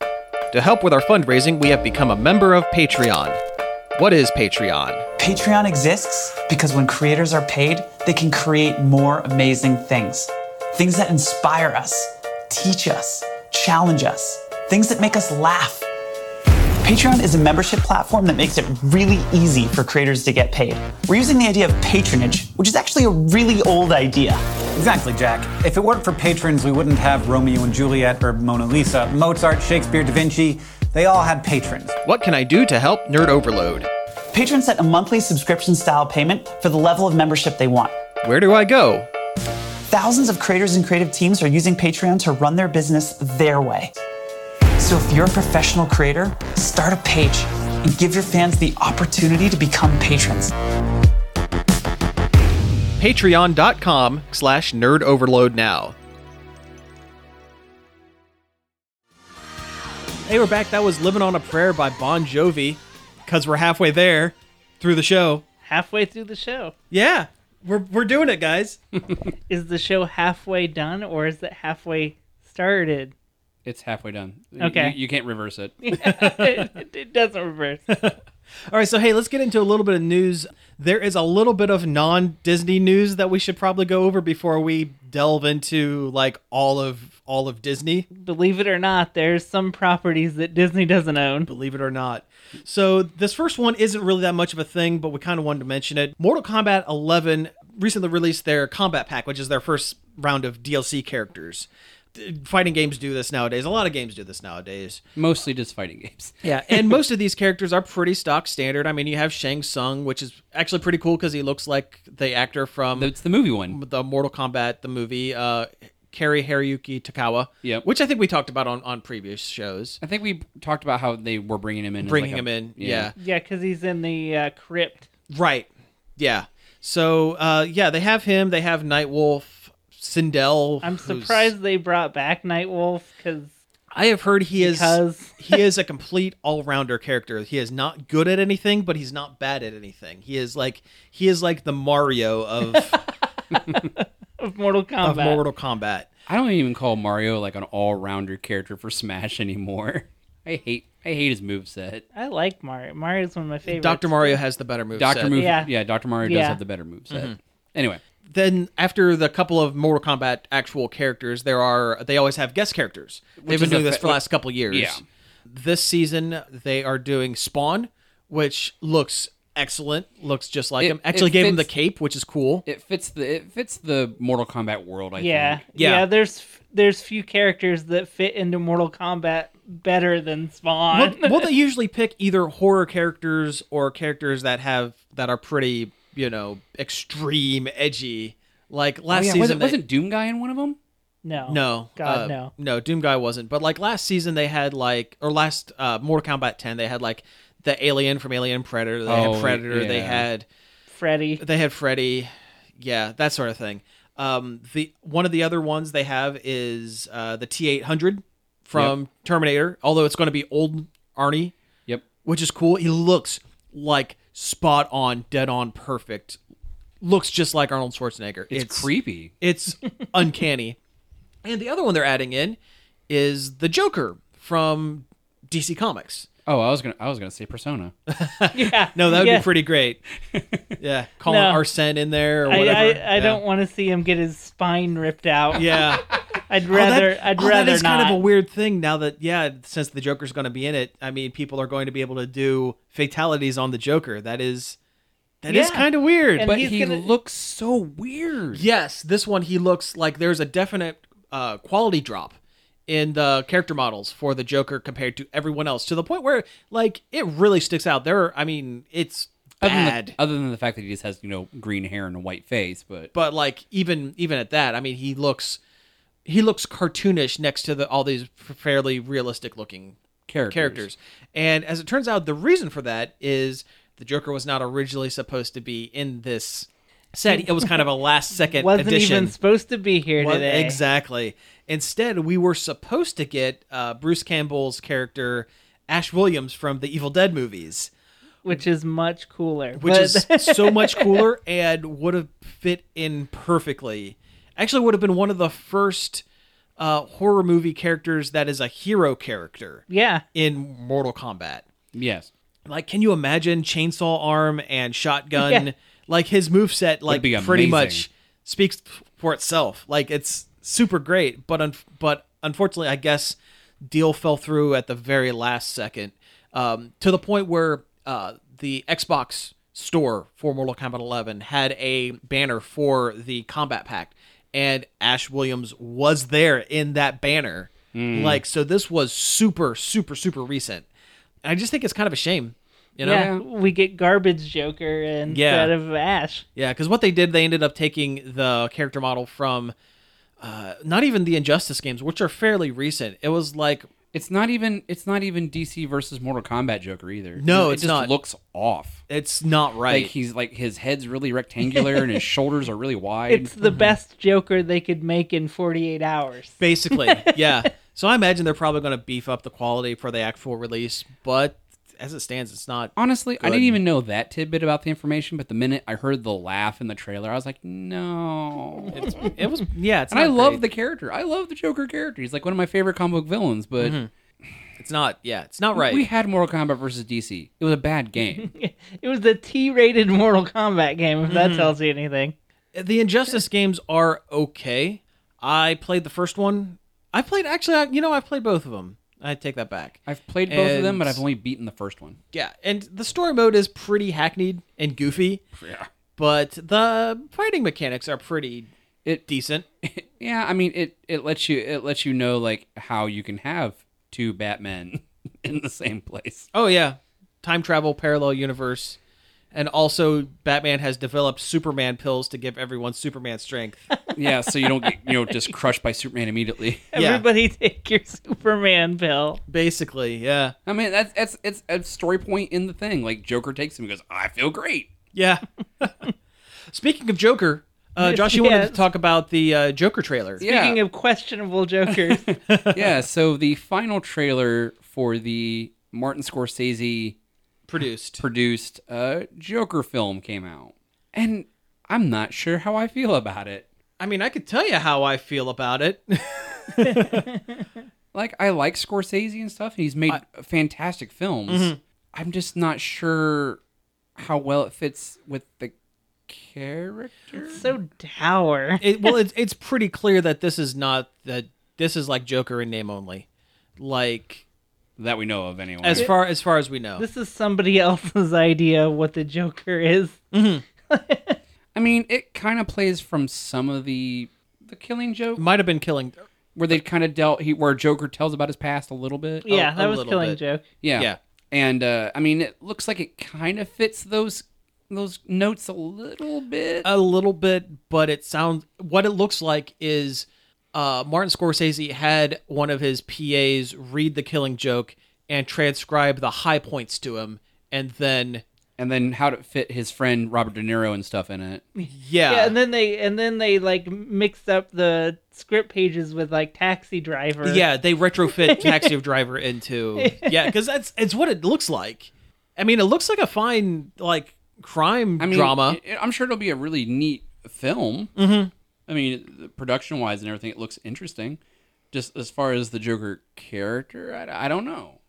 C: To help with our fundraising, we have become a member of Patreon. What is Patreon?
F: Patreon exists because when creators are paid, they can create more amazing things. Things that inspire us, teach us, challenge us, things that make us laugh. Patreon is a membership platform that makes it really easy for creators to get paid. We're using the idea of patronage, which is actually a really old idea.
G: Exactly, Jack. If it weren't for patrons, we wouldn't have Romeo and Juliet or Mona Lisa, Mozart, Shakespeare, Da Vinci. They all had patrons.
C: What can I do to help Nerd Overload?
F: Patrons set a monthly subscription style payment for the level of membership they want.
C: Where do I go?
F: Thousands of creators and creative teams are using Patreon to run their business their way. So if you're a professional creator, start a page and give your fans the opportunity to become patrons.
C: Patreon.com slash Nerd Overload now. Hey, we're back. That was Living on a Prayer by Bon Jovi, because we're halfway there through the show.
B: halfway through the show.
C: Yeah, we're, we're doing it, guys.
B: Is the show halfway done, or is it halfway started?
D: It's halfway done. You-
B: Okay.
D: You, you can't reverse it.
B: it, it doesn't reverse.
C: All right, so hey, let's get into a little bit of news. There is a little bit of non Disney news that we should probably go over before we delve into like all of all of Disney.
B: Believe it or not, there's some properties that Disney doesn't own.
C: believe it or not. So this first one isn't really that much of a thing, but we kind of wanted to mention it. Mortal Kombat 11 recently released their combat pack, which is their first round of DLC characters. D- Fighting games do this nowadays. A lot of games do this nowadays.
D: Mostly just fighting games.
C: Yeah, and most of these characters are pretty stock standard. I mean, you have Shang Tsung, which is actually pretty cool because he looks like the actor from
D: It's the movie one.
C: the Mortal Kombat the movie. Uh, Kari Haruyuki Takawa,
D: Yep.
C: which I think we talked about on, on previous shows.
D: I think we talked about how they were bringing him in. as
C: Bringing
D: like a-
C: him in, yeah.
B: Yeah, because he's in the uh, crypt.
C: Right. Yeah. So uh yeah, they have him, they have Nightwolf, Sindel.
B: I'm
C: who's-
B: surprised they brought back Nightwolf because
C: I have heard he is
B: Because-
C: he is a complete all-rounder character. He is not good at anything, but he's not bad at anything. He is like he is like the Mario of
B: of Mortal Kombat.
C: of Mortal Kombat.
D: I don't even call Mario like an all-rounder character for Smash anymore. I hate I hate his moveset.
B: I like Mario. Mario's one of my favorites.
C: Dr. Mario has the better move.
D: Doctor move,
B: Yeah.
D: yeah. Doctor Mario
B: Yeah.
C: Mm-hmm.
D: does have the better moveset. Anyway,
C: then after the couple of Mortal Kombat actual characters, there are they always have guest characters. They've
D: is
C: been doing
D: a
C: this
D: fa-
C: for the last couple of years.
D: Yeah.
C: This season they are doing Spawn, which looks excellent. Looks just like
D: It-
C: him. Actually
D: it
C: gave him the
D: fits-
C: cape, which is cool.
D: It fits the it fits the Mortal Kombat world. I
B: Yeah,
D: think.
C: Yeah.
B: yeah, There's there's few characters that fit into Mortal Kombat better than Spawn.
C: well, well, they usually pick either horror characters or characters that have that are pretty, you know, extreme, edgy. Like
D: Oh,
C: last
D: yeah,
C: season,
D: wasn't,
C: they-
D: wasn't Doom Guy in one of them?
B: no,
C: no,
B: God,
C: uh,
B: no.
C: no, Doom Guy wasn't. But like last season, they had like, or last uh, Mortal Kombat 10, they had like the alien from Alien Predator. They
D: Oh,
C: had Predator. They
D: yeah.
C: had
B: Freddy.
C: they had Freddy, yeah, that sort of thing. Um, the one of the other ones they have is uh, the T eight hundred from Terminator, although it's going to be old Arnie
D: Yep.
C: which is cool. He looks like spot on, dead on, perfect. Looks just like Arnold Schwarzenegger.
D: It's, creepy.
C: It's uncanny. And the other one they're adding in is the Joker from DC Comics.
D: Oh, I was gonna I was gonna say Persona.
B: Yeah,
C: No, that would
B: yeah.
C: be pretty great. Yeah, calling
B: No.
C: Arsene in there or
B: I,
C: whatever.
B: I, I
C: yeah.
B: don't want to see him get his spine ripped out.
C: Yeah,
B: I'd
C: Oh, that-
B: rather. I'd
C: oh,
B: rather
C: That is
B: not.
C: kind of a weird thing now that yeah, since the Joker's going to be in it. I mean, people are going to be able to do fatalities on the Joker. That is, that is
B: Yeah.
C: kind of weird.
B: And
D: But
B: he's
D: he
B: gonna-
D: looks so weird.
C: Yes, this one he looks like there's a definite uh, quality drop in the character models for the Joker compared to everyone else to the point where like it really sticks out. There, are, I mean, it's
D: Other than,
C: bad,
D: The, other than the fact that he just has you know green hair and a white face, but,
C: but like even even at that, I mean, he looks he looks cartoonish next to the all these fairly realistic looking
D: characters.
C: characters. And as it turns out, the reason for that is the Joker was not originally supposed to be in this set. It was kind of a last second
B: Wasn't
C: addition.
B: even supposed to be here
C: Well,
B: today.
C: Exactly. Instead, we were supposed to get uh, Bruce Campbell's character Ash Williams from the Evil Dead movies,
B: Which is much cooler.
C: which
B: but-
C: is so much cooler and would have fit in perfectly. Actually, would have been one of the first uh, horror movie characters that is a hero character
B: yeah.
C: in Mortal Kombat.
D: Yes.
C: Like, can you imagine Chainsaw Arm and Shotgun?
B: Yeah.
C: Like his moveset, like
D: be
C: pretty
D: amazing.
C: much speaks f- for itself. Like it's super great, but un- but unfortunately, I guess deal fell through at the very last second, um, to the point where uh, the Xbox store for Mortal Kombat 11 had a banner for the combat pack, and Ash Williams was there in that banner. Like so, this was super super super recent, and I just think it's kind of a shame, you know.
B: Yeah, we get garbage Joker instead of Ash.
C: Yeah, Mm-hmm. because what they did, they ended up taking the character model from uh, not even the Injustice games, which are fairly recent. It was like
D: It's not even it's not even DC versus Mortal Kombat Joker either.
C: No,
D: it
C: it's
D: just
C: not.
D: looks off.
C: it's not right.
D: Like he's like his head's really rectangular and his shoulders are really wide.
B: It's the best Joker they could make in 48 hours.
C: Basically, yeah. So I imagine they're probably going to beef up the quality for the actual release, but as it stands, it's not.
D: Honestly, I
C: Good.
D: didn't even know that tidbit about the information, but the minute I heard the laugh in the trailer, I was like, no.
C: It was yeah. It's
D: and I
C: not
D: love
C: great.
D: the character. I love the Joker character. He's like one of my favorite comic book villains, but
C: It's not yeah. It's not Mm-hmm. right.
D: we had Mortal Kombat versus DC. It was a bad game.
B: It was a T-rated Mortal Kombat game, if
C: Mm-hmm.
B: that tells you anything.
C: the Injustice games are okay. I played the first one. I played actually. I- You know, I've played both of them. I take that back.
D: I've played both of them, but I've only beaten the first one.
C: Yeah, and the story mode is pretty hackneyed and goofy.
D: Yeah.
C: but the fighting mechanics are pretty
D: It
C: decent.
D: yeah, I mean it it lets you it lets you know like how you can have two Batmen in the same place.
C: Oh yeah, time travel, parallel universe, and also Batman has developed Superman pills to give everyone Superman strength.
D: Yeah, so you don't get you know just crushed by Superman immediately.
C: Yeah.
B: Everybody take your Superman pill.
C: Basically, yeah,
D: I mean that's that's it's a story point in the thing. Like Joker takes him and goes, I feel great.
C: yeah. Speaking of Joker, uh, Josh, you wanted
B: Yes.
C: to talk about the uh, Joker trailer.
D: Yeah.
B: Speaking of questionable Jokers,
D: yeah, so the final trailer for the Martin Scorsese
C: Produced.
D: produced uh, Joker film came out. And I'm not sure how I feel about it.
C: I mean, I could tell you how I feel about it.
D: Like, I like Scorsese and stuff, and he's made fantastic films. I'm just not sure how well it fits with the character.
B: So dour.
C: it, well, it's it's pretty clear that this is not that this is like Joker in name only, like
D: That we know of, anyway.
C: as far as far as we know.
B: This is somebody else's idea of what the Joker is.
D: I mean, it kind of plays from some of the the Killing Joke,
C: Might have been killing.
D: where they kind of dealt he where Joker tells about his past a little bit.
B: yeah,
C: a
B: that was
C: little
B: Killing
C: bit.
B: Joke.
D: Yeah.
C: Yeah.
D: And uh, I mean, it looks like it kind of fits those those notes a little bit.
C: a little bit, but it sounds what it looks like is uh, Martin Scorsese had one of his PAs read the Killing Joke and transcribe the high points to him, and then
D: and then how to fit his friend Robert De Niro and stuff in it.
C: yeah,
B: Yeah, and then they and then they like mixed up the script pages with like Taxi Driver.
C: yeah, they retrofit Taxi Driver into yeah, because that's it's what it looks like. I mean, it looks like a fine like crime
D: I mean,
C: drama.
D: I- I'm sure it'll be a really neat film. I mean, production wise and everything, it looks interesting. Just as far as the Joker character, I, I don't know.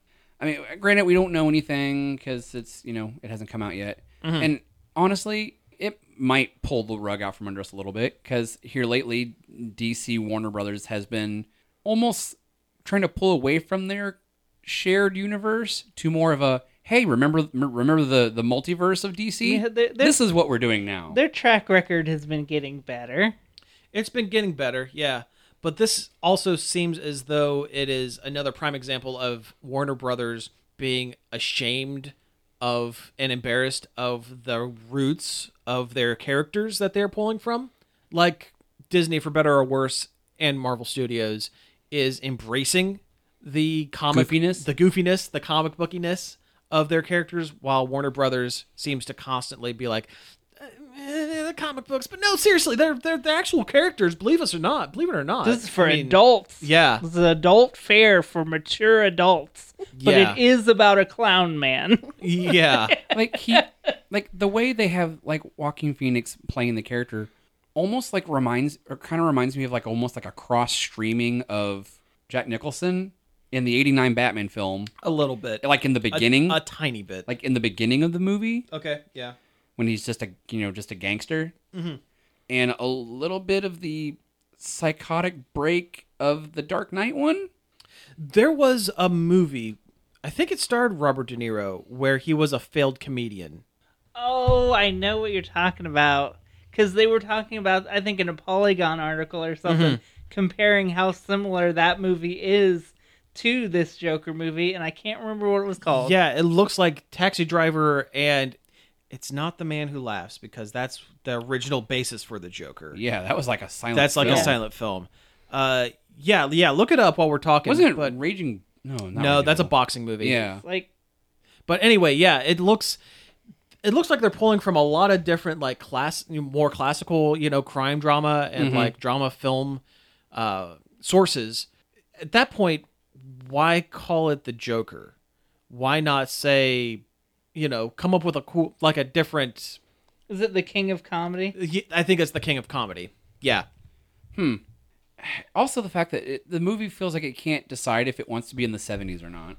D: I mean, granted, we don't know anything because it's you know it hasn't come out yet.
B: Mm-hmm.
D: And honestly, it might pull the rug out from under us a little bit because here lately, DC Warner Brothers has been almost trying to pull away from their shared universe to more of a hey, remember remember the the multiverse of DC?
B: Yeah, they're- they're-
D: this is what we're doing now.
B: Their track record has been getting better.
C: It's been getting better, yeah. But this also seems as though it is another prime example of Warner Brothers being ashamed of and embarrassed of the roots of their characters that they're pulling from. Like Disney, for better or worse, and Marvel Studios is embracing the comic
D: Goofiness?
C: the goofiness, the comic bookiness of their characters, while Warner Brothers seems to constantly be like, eh, the comic books, but no, seriously, they're they're the actual characters. Believe us or not, believe it or not.
B: This is for
C: I mean,
B: adults.
C: Yeah.
B: This is adult fare for mature adults. But
C: Yeah.
B: it is about a clown man.
C: Yeah,
D: like he like the way they have like Walking Phoenix playing the character almost like reminds or kind of reminds me of like almost like a cross streaming of Jack Nicholson in the 89 Batman film
C: a little bit,
D: like in the
C: A-
D: beginning
C: a, tiny bit.
D: like in the beginning of the movie
C: okay, yeah,
D: when he's just a you know just a gangster
C: Mm-hmm.
D: and a little bit of the psychotic break of the Dark Knight one
C: there was a movie. I think it starred Robert De Niro, where he was a failed comedian.
B: Oh, I know what you're talking about. Because they were talking about, I think, in a Polygon article or something,
C: Mm-hmm.
B: comparing how similar that movie is to this Joker movie, and I can't remember what it was called.
C: Yeah, it looks like Taxi Driver, and it's not the Man Who Laughs because that's the original basis for the Joker.
D: yeah that was like a silent
C: that's like a
D: film.
C: silent film. Uh, yeah, yeah. Look it up while we're talking.
D: wasn't it
C: but
D: raging no not
C: no,
D: Raging
C: that's a
D: Bull.
C: boxing movie.
D: yeah
B: Like,
C: But anyway, yeah, it looks it looks like they're pulling from a lot of different like class more classical, you know, crime drama and like drama film uh sources. At that point, why call it the Joker? Why not say, you know, come up with a cool like a different
B: is it the King of Comedy?
C: I think it's the king of comedy. Yeah.
D: also the fact that it, the movie feels like it can't decide if it wants to be in the 70s or not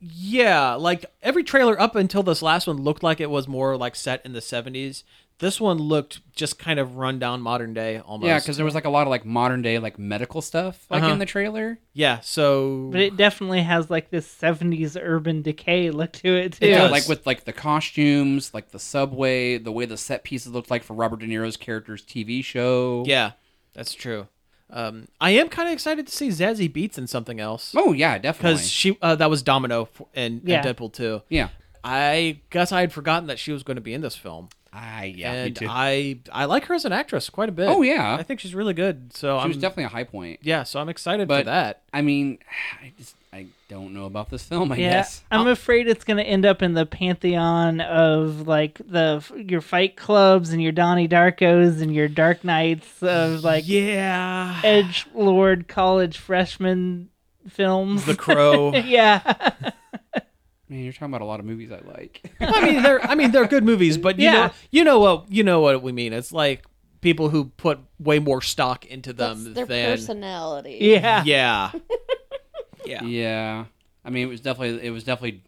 C: Yeah, like every trailer up until this last one looked like it was more like set in the 70s. This one looked just kind of run down modern day almost.
D: yeah because there was like a lot of like modern day like medical stuff like
C: Uh-huh.
D: in the trailer
C: Yeah, so
B: But it definitely has like this 70s urban decay look to it, too.
C: It
D: yeah
C: does.
D: like with like the costumes like the subway the way the set pieces looked like for robert de niro's character's tv show
C: yeah, that's true. Um, I am kind of excited to see Zazie Beats in something else
D: oh yeah definitely
C: because she uh, that was Domino f- in, in
B: Yeah.
C: Deadpool 2.
D: yeah
C: I guess I had forgotten that she was going to be in this film,
D: ah yeah me
C: and
D: too
C: I I like her as an actress quite a bit.
D: Oh, yeah.
C: I think she's really good. So
D: she
C: I'm
D: was definitely a high point
C: yeah, so I'm excited for
D: But-
C: that.
D: i mean i just i don't know about this film i
B: Yeah,
D: guess
B: I'm
C: Oh.
B: afraid it's going to end up in the pantheon of like the your Fight Clubs and your Donnie Darkos and your Dark Knights of like
C: Yeah,
B: edge lord college freshman films.
C: The Crow.
B: yeah,
D: man you're talking about a lot of movies i like
C: I mean, they're I mean they're good movies, but you
B: Yeah.
C: know you know what you know what we mean. It's like people who put way more stock into
E: That's
C: them
E: their
C: than
E: personality.
B: yeah,
C: yeah. Yeah.
D: Yeah. I mean, it was definitely it was definitely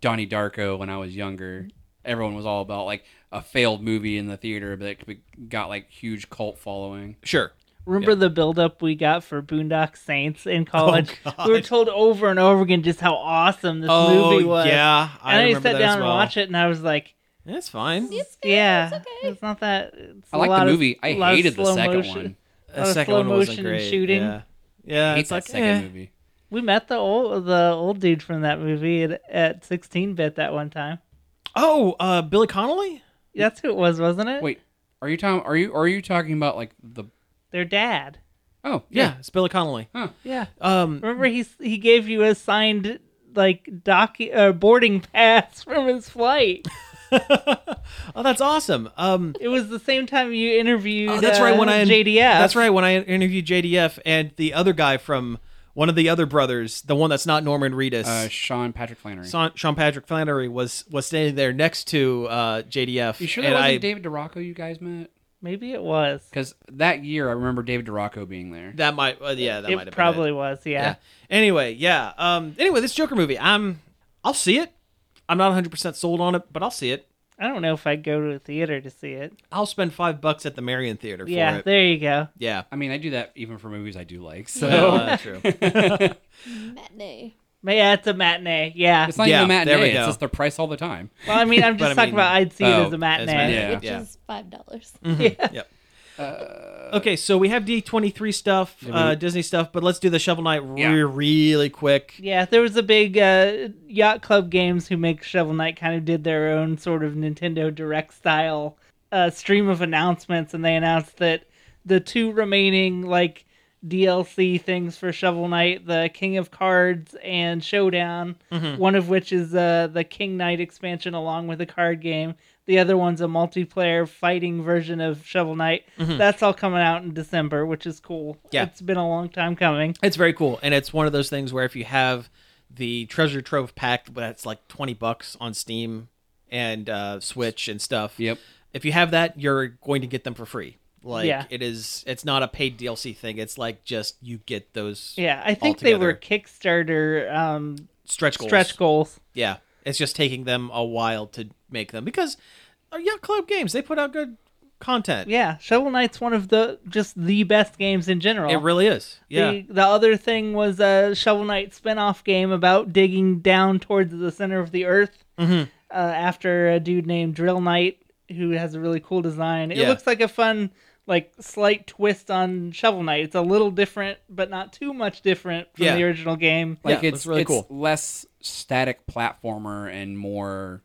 D: Donnie Darko when I was younger. everyone was all about like a failed movie in the theater but it got like huge cult following.
C: Sure.
B: Remember the buildup we got for Boondock Saints
C: Oh,
B: in college? we were told over and over again just how awesome this
C: Oh,
B: movie was.
C: yeah, I
B: and I,
C: remember
B: sat
C: that
B: down
C: as
B: and
C: well.
B: watched it, and I was like,
C: That's fine.
E: It's good.
B: "Yeah,
E: It's okay.
B: it's not that." It's
D: I
B: a
D: like the
B: lot of-
D: movie. I
B: a lot of
D: hated the
B: slow
D: second
B: motion.
D: one.
B: A lot of slow motion and shooting.
C: Yeah, yeah
D: I hate
C: it's
D: that
C: like
D: second
C: eh.
D: movie.
B: We met the old the old dude from that movie at, at 16 bit that one time.
C: Oh, uh, Billy Connolly.
B: That's who it was, wasn't it?
D: Wait, are you talking? Are you are you talking about like the?
B: Their dad.
D: Oh
C: Yeah,
D: yeah,
C: it's Billy Connolly.
D: Huh.
C: Yeah. Um,
B: Remember he he gave you a signed like docu- uh, boarding pass from his flight.
C: oh, that's awesome. Um,
B: It was the same time you interviewed. uh,
C: oh, that's right. When I
B: JDF.
C: That's right. When I interviewed JDF and the other guy from one of the other brothers, the one that's not Norman Reedus,
D: Uh, Sean Patrick Flannery.
C: Sean, Sean Patrick Flannery was was standing there next to uh, JDF.
D: you sure that
C: and
D: wasn't
C: I,
D: David DeRocco you guys met?
B: Maybe it was.
D: Because that year I remember David DeRocco being there.
C: That might. Uh, yeah, that might
B: It
C: have
B: probably
C: Been
B: was. Yeah.
C: it. Yeah. Anyway, yeah. Um. Anyway, this Joker movie. I'm. I'll see it. I'm not 100 percent sold on it, but I'll see it.
B: I don't know if I'd go to a theater to see it.
C: I'll spend five bucks at the Marion Theater for
B: yeah.
C: it.
B: There you go.
C: yeah.
D: I mean, I do that even for movies I do like. So
C: Well, uh, true.
E: Matinee.
B: But yeah, it's a matinee. Yeah.
D: it's not
C: Yeah,
D: even a matinee.
C: there we go.
D: It's just their price all the time.
B: Well, I mean, I'm
C: But
B: just
C: I
B: talking
C: mean-
B: about I'd see it
D: Oh,
B: as a
D: as
B: matinee.
D: matinee. Yeah.
E: Which
C: Yeah.
E: is five dollars.
C: yep. okay, so we have D23 stuff, uh, Disney stuff, but let's do the Shovel Knight re-
D: Yeah.
C: really quick.
B: Yeah, there was a big uh, yacht club games who make Shovel Knight kind of did their own sort of Nintendo Direct style uh, stream of announcements, and they announced that the two remaining like DLC things for Shovel Knight, the King of Cards and Showdown, one of which is uh, the King Knight expansion along with a card game. The other one's a multiplayer fighting version of Shovel Knight. That's all coming out in December, which is cool.
C: Yeah.
B: It's been a long time coming.
C: It's very cool, and it's one of those things where if you have the treasure trove pack that's like 20 bucks on Steam and uh, Switch and stuff.
D: Yep.
C: If you have that, you're going to get them for free. Like
B: Yeah.
C: it is it's not a paid DLC thing. It's like just you get those
B: Yeah, I think they were
C: altogether.
B: Kickstarter um,
C: stretch goals.
B: stretch goals.
C: Yeah, it's just taking them a while to make them because uh, Yacht Club Games they put out good content.
B: Yeah, Shovel Knight's one of the just the best games in general.
C: it really is. Yeah,
B: The, the other thing was a Shovel Knight spin-off game about digging down towards the center of the earth
C: Mm-hmm.
B: uh, after a dude named Drill Knight who has a really cool design. It
C: Yeah.
B: looks like a fun, like slight twist on Shovel Knight. It's a little different, but not too much different from
C: Yeah.
B: the original game.
D: Like
C: Yeah,
D: it's
C: that's really
D: it's
C: cool.
D: less static platformer and more,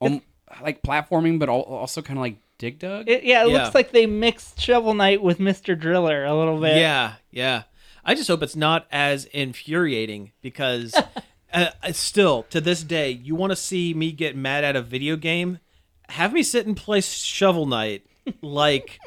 D: um, like platforming, but al- also kind of like dig dug.
B: It, yeah, it
C: Yeah.
B: looks like they mixed Shovel Knight with Mr. Driller a little bit.
C: yeah, yeah. I just hope it's not as infuriating because uh, uh, still to this day, you want to see me get mad at a video game? Have me sit and play Shovel Knight. Like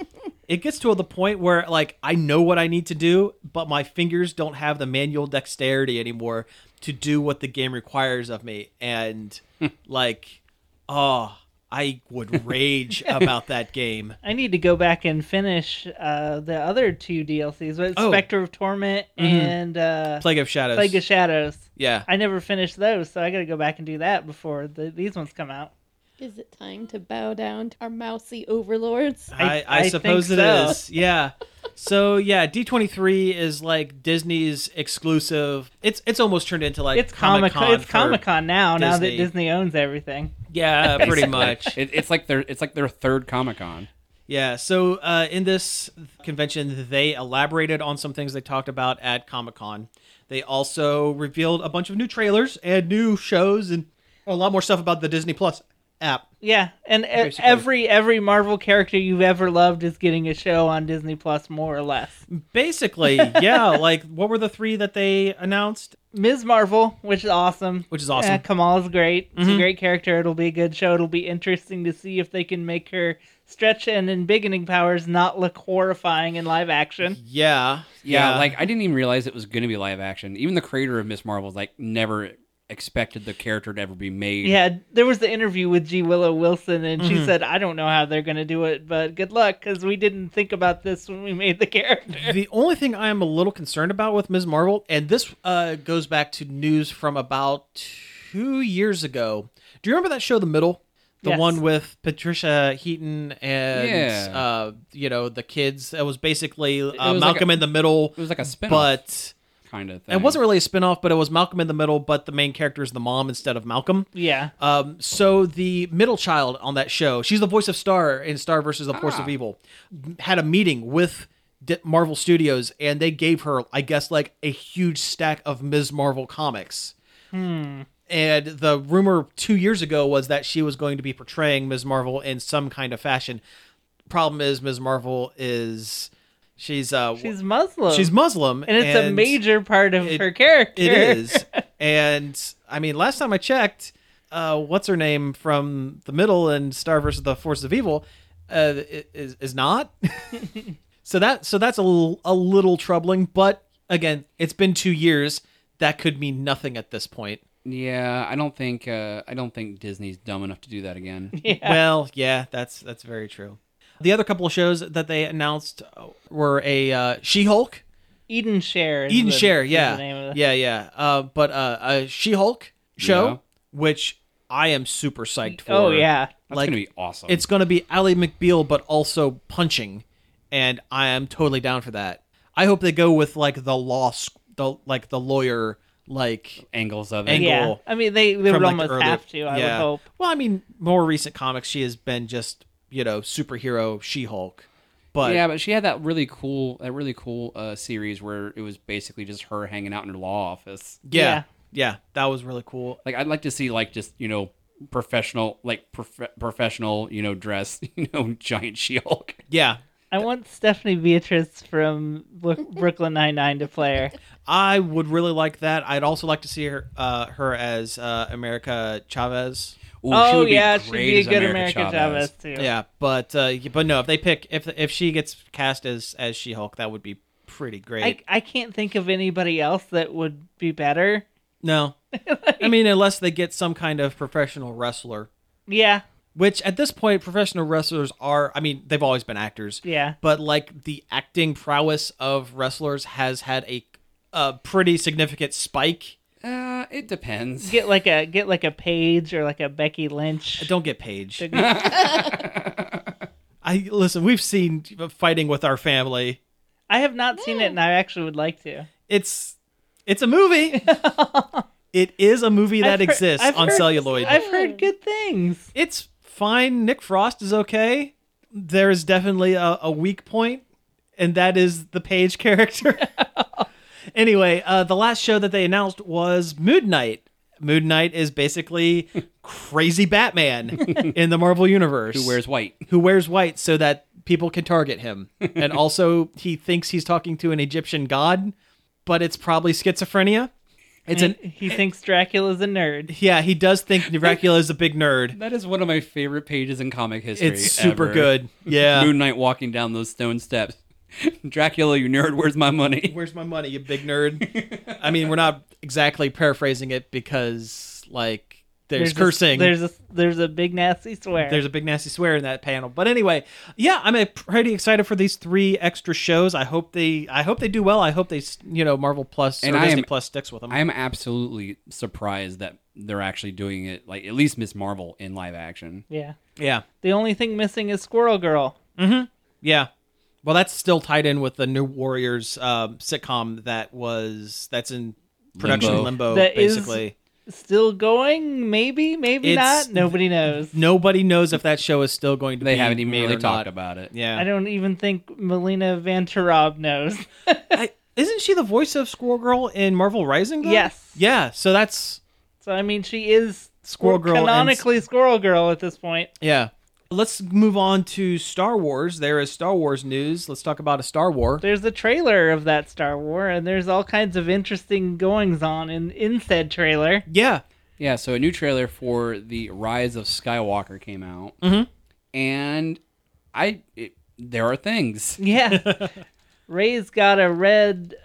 C: it gets to the point where like I know what I need to do, but my fingers don't have the manual dexterity anymore to do what the game requires of me, and like, oh, I would rage about that game.
B: I need to go back and finish uh, the other two DLCs, but
C: Oh. Mm-hmm.
B: Spectre of Torment and uh,
C: Plague of Shadows.
B: Plague of Shadows.
C: yeah.
B: I never finished those, so I got to go back and do that before the, these ones come out.
E: Is it time to bow down to our mousy overlords?
C: I, I,
B: I think
C: suppose it
B: so.
C: is. Yeah. So yeah, D twenty three is like Disney's exclusive. It's it's almost turned into like
B: It's Comic Con. It's
C: for-
B: Comic Con now. Now that
C: Disney.
B: Disney owns everything,
C: Yeah, pretty much.
D: It, it's like their it's like their third Comic Con.
C: Yeah. So uh, in this convention, they elaborated on some things they talked about at Comic Con. They also revealed a bunch of new trailers and new shows and a lot more stuff about the Disney Plus app.
B: yeah. And e- every every Marvel character you've ever loved is getting a show on Disney Plus, more or less.
C: Basically, yeah. Like, what were the three that they announced?
B: Ms. Marvel, which is awesome.
C: Which is awesome. Mm-hmm.
B: Uh, Kamala's great. She's a great character. It'll be a good show. It'll be interesting to see if they can make her stretch and embiggening powers not look horrifying in live
C: Mm-hmm.
B: action.
C: Yeah.
D: Yeah, like I didn't even realize it was going to be live action. Even the creator of Miss Marvel's like never expected the character to ever be made.
B: Yeah, there was the interview with G. Willow Wilson, and
C: Mm-hmm.
B: she said, I don't know how they're going to do it, but good luck because we didn't think about this when we made the character.
C: the only thing I am a little concerned about with Ms. Marvel, and this uh, goes back to news from about two years ago. Do you remember that show, The Middle? The
B: Yes.
C: one with Patricia Heaton and
D: Yeah.
C: uh, you know the kids. It was basically uh,
D: was like
C: Malcolm
D: a-
C: in the Middle.
D: it was like a spin-off.
C: but
D: kind of thing.
C: it wasn't really a spin-off, but it was Malcolm in the Middle. But the main character is the mom instead of Malcolm.
B: Yeah.
C: Um, so the middle child on that show, she's the voice of Star in Star versus the Force
B: Ah.
C: of Evil, had a meeting with D- Marvel Studios, and they gave her, I guess, like a huge stack of Ms. Marvel comics.
B: Hmm.
C: And the rumor two years ago was that she was going to be portraying Ms. Marvel in some kind of fashion. Problem is, Ms. Marvel is she's uh
B: She's Muslim.
C: she's Muslim,
B: and it's a major part of
C: it-
B: her character.
C: it is. and I mean, last time I checked, uh, what's her name from the middle and Star versus the Forces of Evil uh, i- is is not. so that so that's a little, a little troubling. But again, it's been two years. That could mean nothing at this point.
D: Yeah, I don't think uh, I don't think Disney's dumb enough to do that again.
C: Well, yeah, that's that's very true. The other couple of shows that they announced were a uh, She-Hulk,
B: Eden Share. Is
C: Eden
B: the-
C: Share,
B: is
C: yeah,
B: the name of the-
C: yeah, yeah. Uh, but uh, a She-Hulk show,
D: Yeah.
C: which I am super psyched for.
B: Oh yeah.
D: That's
C: like
D: gonna be awesome.
C: it's gonna be Ally McBeal, but also punching, and I am totally down for that. I hope they go with like the law, s- the like the lawyer, like
D: angles of it.
C: Angle.
B: Yeah. I mean, they, they would
C: from, like, the
B: almost
C: early-
B: have to. I
C: yeah.
B: would hope.
C: Well, I mean, more recent comics, she has been just you know superhero She Hulk, but
D: yeah, but she had that really cool that really cool uh, series where it was basically just her hanging out in her law office.
C: yeah,
B: Yeah.
C: yeah, that was really cool.
D: Like I'd like to see like just you know professional like prof- professional you know dress you know giant She Hulk.
C: Yeah,
B: I want Stephanie Beatrice from Bro- Brooklyn Nine Nine to play her.
C: I would really like that. I'd also like to see her uh, her as uh, America Chavez.
B: oh yeah, she'd be a good America Chavez, too.
C: Yeah, but uh, but no, if they pick if if she gets cast as as She Hulk, that would be pretty great.
B: I, I can't think of anybody else that would be better.
C: no, I mean unless they get some kind of professional wrestler,
B: Yeah,
C: which at this point professional wrestlers are. I mean they've always been actors.
B: yeah.
C: but like the acting prowess of wrestlers has had a a pretty significant spike.
D: Uh, it depends.
B: Get like a get like a Paige or like a Becky Lynch.
C: Don't get Paige. I listen. We've seen fighting with our family.
B: I have not seen it, and I actually would like to.
C: It's it's a movie. it is a movie that
B: I've heard-
C: exists
B: I've
C: on
B: heard-
C: celluloid.
B: I've heard good things.
C: it's fine. Nick Frost is okay. There is definitely a, a weak point, and that is the Page character. anyway, uh, the last show that they announced was Moon Knight. Moon Knight is basically crazy Batman in the Marvel universe
D: Who wears white?
C: who wears white so that people can target him. and also, he thinks he's talking to an Egyptian god, but it's probably schizophrenia. It's an
B: He thinks Dracula's a nerd.
C: yeah. He does think Dracula is a big nerd.
D: That is one of my favorite pages in comic history.
C: It's super
D: ever.
C: good. Yeah.
D: Moon Knight walking down those stone steps. Dracula, you nerd, where's my money?
C: Where's my money, you big nerd? I mean, we're not exactly paraphrasing it because like there's,
B: a-
C: cursing.
B: there's a there's a big nasty swear.
C: there's a big nasty swear in that panel. But anyway, yeah, I'm uh, pretty excited for these three extra shows. I hope they, I hope they do well. I hope they, s- you know, Marvel Plus
D: And
C: or
D: I
C: Disney
D: am-
C: Plus sticks with them.
D: I am absolutely surprised that they're actually doing it, like at least Miss Marvel in live action.
B: yeah.
C: yeah,
B: The only thing missing is Squirrel Girl.
C: yeah. Well, that's still tied in with the New Warriors um, sitcom that was that's in production
D: Limbo.
C: limbo,
B: That is-
C: basically.
B: Still going? Maybe, maybe
C: It's-
B: not. Nobody knows.
C: Nobody knows if that show is still going to
D: They
C: be
D: haven't even
C: made
D: really
C: or not.
D: talked about it.
C: Yeah,
B: I don't even think Melina Van Terop knows.
C: I, isn't she the voice of Squirrel Girl in Marvel Rising? Though?
B: Yes.
C: Yeah. So that's
B: So I mean, she is
C: Squirrel Girl and-
B: canonically Squirrel Girl at this point.
C: yeah. Let's move on to Star Wars. There is Star Wars news. Let's talk about a Star War.
B: There's a trailer of that Star War, and there's all kinds of interesting goings on in in said trailer.
C: Yeah.
D: Yeah, so a new trailer for the Rise of Skywalker came out,
C: Mm-hmm.
D: and I it, there are things.
B: Yeah, Ray's got a red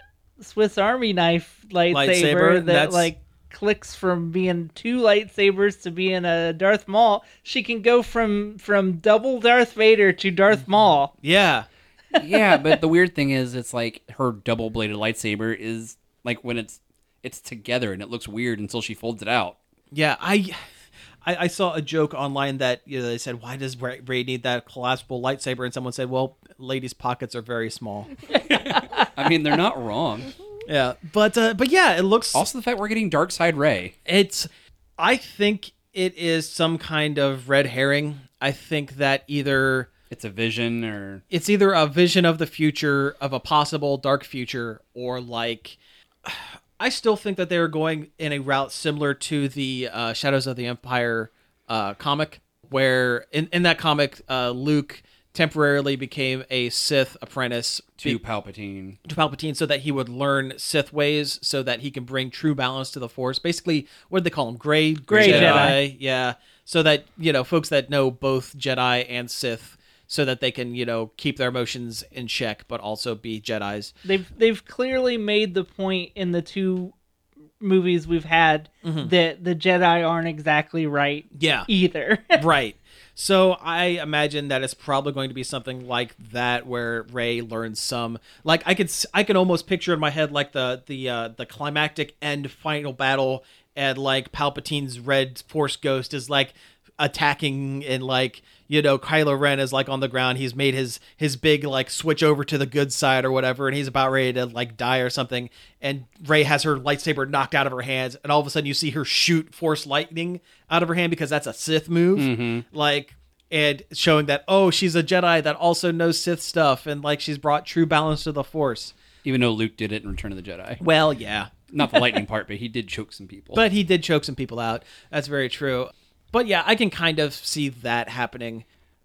B: Swiss Army knife lightsaber,
C: Lightsaber,
B: that
C: that's-
B: like clicks from being two lightsabers to being a Darth Maul. She can go from from double Darth Vader to
C: Mm-hmm.
B: Darth Maul.
C: Yeah.
D: yeah, but the weird thing is, it's like her double bladed lightsaber is like when it's it's together and it looks weird until she folds it out.
C: Yeah. I I, I saw a joke online that you know they said, "Why does Bra- Braid need that collapsible lightsaber?" And someone said, "Well, ladies' pockets are very small."
D: I mean, they're not wrong.
C: yeah, but uh, but yeah, it looks
D: Also, the fact we're getting Dark Side Ray.
C: It's, I think it is some kind of red herring. I think that either
D: It's a vision, or
C: it's either a vision of the future of a possible dark future or like i still think that they were going in a route similar to the uh, shadows of the empire uh, comic where in, in that comic uh, luke temporarily became a sith apprentice
D: to Palpatine.
C: to Palpatine so that he would learn Sith ways, so that he can bring true balance to the Force. Basically, what did they call him? Gray,
B: Gray Jedi.
C: yeah. So that you know, folks that know both Jedi and Sith, so that they can you know keep their emotions in check, but also be Jedi's.
B: They've they've clearly made the point in the two movies we've had
C: Mm-hmm.
B: that the Jedi aren't exactly right
C: Yeah,
B: either.
C: right. So I imagine that it's probably going to be something like that, where Ray learns some. Like I could, s- I could almost picture in my head like the the uh, the climactic end final battle, and like Palpatine's red Force ghost is like attacking, and like you know Kylo Ren is like on the ground. He's made his his big like switch over to the good side or whatever, and he's about ready to like die or something. And Ray has her lightsaber knocked out of her hands, and all of a sudden you see her shoot Force lightning out of her hand because that's a Sith move. Like and showing that oh she's a jedi that also knows sith stuff and like she's brought true balance to the force
D: Even though Luke did it in Return of the Jedi,
C: well yeah
D: not the lightning part, but he did choke some people.
C: but he did choke some people out that's very true but yeah i can kind of see that happening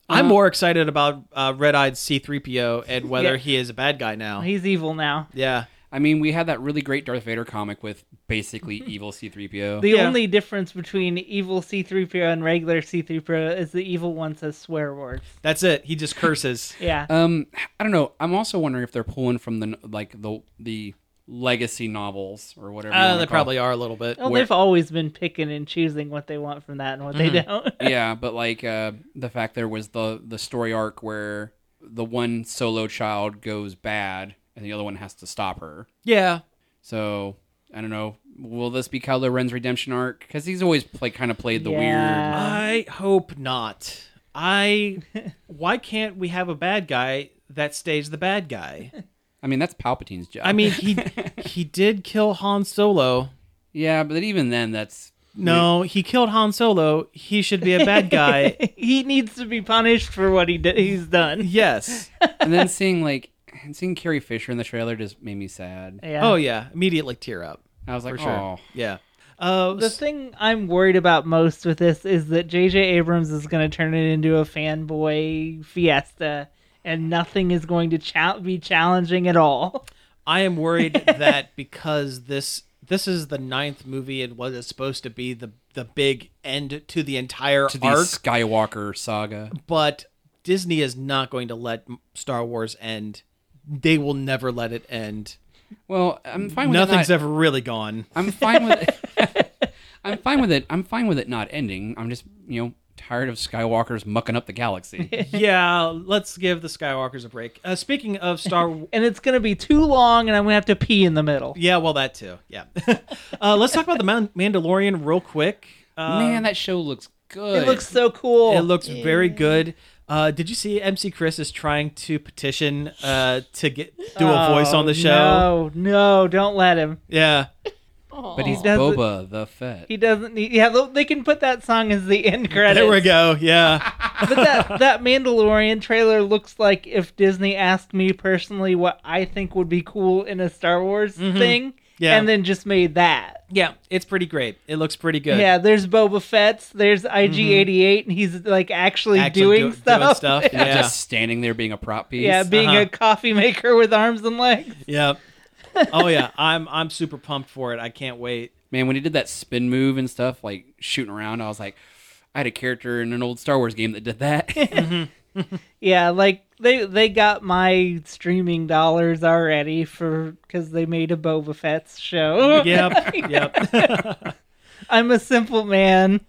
C: i'm more excited about uh, red-eyed c3po and whether
B: Yeah.
C: he is a bad guy now
B: He's evil now.
C: yeah
D: I mean, we had that really great Darth Vader comic with basically
C: Mm-hmm.
D: evil C-3PO.
B: The
C: Yeah.
B: only difference between evil C3PO and regular C3PO is the evil one says swear words.
C: that's it he just curses
B: Yeah.
D: Um, I don't know. I'm also wondering if they're pulling from the like the the legacy novels or whatever. you
C: uh,
D: wanna
C: they
D: call
C: probably are a little bit
B: well,
D: where-
B: they've always been picking and choosing what they want from that and what they
C: Mm-hmm.
B: don't.
D: it. yeah, but like uh, the fact there was the the story arc where the one solo child goes bad and the other one has to stop her.
C: yeah
D: So I don't know. Will this be Kylo Ren's redemption arc? Because he's always like kind of played the
B: Yeah.
D: weird.
C: I hope not. I why can't we have a bad guy that stays the bad guy?
D: I mean, that's Palpatine's job.
C: I mean, he he did kill Han Solo.
D: yeah, but even then, that's
C: No, he killed Han Solo. He should be a bad guy.
B: he needs to be punished for what he did, he's done.
C: yes.
D: and then seeing like and seeing Carrie Fisher in the trailer just made me sad.
B: Yeah.
C: Oh yeah, immediately tear up.
D: I was like,
C: For sure.
D: oh.
C: Yeah. Uh,
B: The thing I'm worried about most with this is that J.J. Abrams is going to turn it into a fanboy fiesta, and nothing is going to chal be challenging at all.
C: I am worried that because this this is the ninth movie and was supposed to be the the big end to the entire
D: to the
C: arc,
D: Skywalker saga.
C: but Disney is not going to let Star Wars end. They will never let it end.
D: Well, I'm fine with
C: Nothing's
D: it not,
C: ever really gone.
D: I'm fine with it. I'm fine with it. I'm fine with it not ending. I'm just, you know, tired of Skywalker's mucking up the galaxy.
C: yeah, let's give the Skywalkers a break. Uh, speaking of Star,
B: And it's going to be too long, and I'm going to have to pee in the middle.
C: yeah, well that too. Yeah, uh, let's talk about the Man- Mandalorian real quick. Uh,
D: Man, that show looks good.
B: It looks so cool.
C: it looks very good. Uh, did you see MC Chris is trying to petition uh, to get do a voice on the show?
B: Oh, No, no, don't let him.
C: Yeah,
D: but he's
B: doesn't-
D: Boba the Fett.
B: He doesn't need. Yeah, look, they can put that song as the end credit.
C: there we go. Yeah,
B: But that that Mandalorian trailer looks like if Disney asked me personally what I think would be cool in a Star Wars thing,
C: Mm-hmm. Yeah.
B: and then just made that.
C: yeah, it's pretty great. It looks pretty good.
B: Yeah, there's Boba Fett's, there's IG88, and he's like actually,
C: Mm-hmm. Actually
B: doing,
C: do-
B: stuff.
C: doing stuff.
D: Not
C: Yeah,
D: just standing there being a prop piece.
B: yeah, being
C: Uh-huh.
B: a coffee maker with arms and legs.
C: yeah. Oh yeah, I'm I'm super pumped for it. I can't wait.
D: Man, when he did that spin move and stuff, like shooting around, I was like, I had a character in an old Star Wars game that did that.
B: Yeah, like they they got my streaming dollars already for because they made a Boba Fett's show.
C: Yep, yep.
B: I'm a simple man.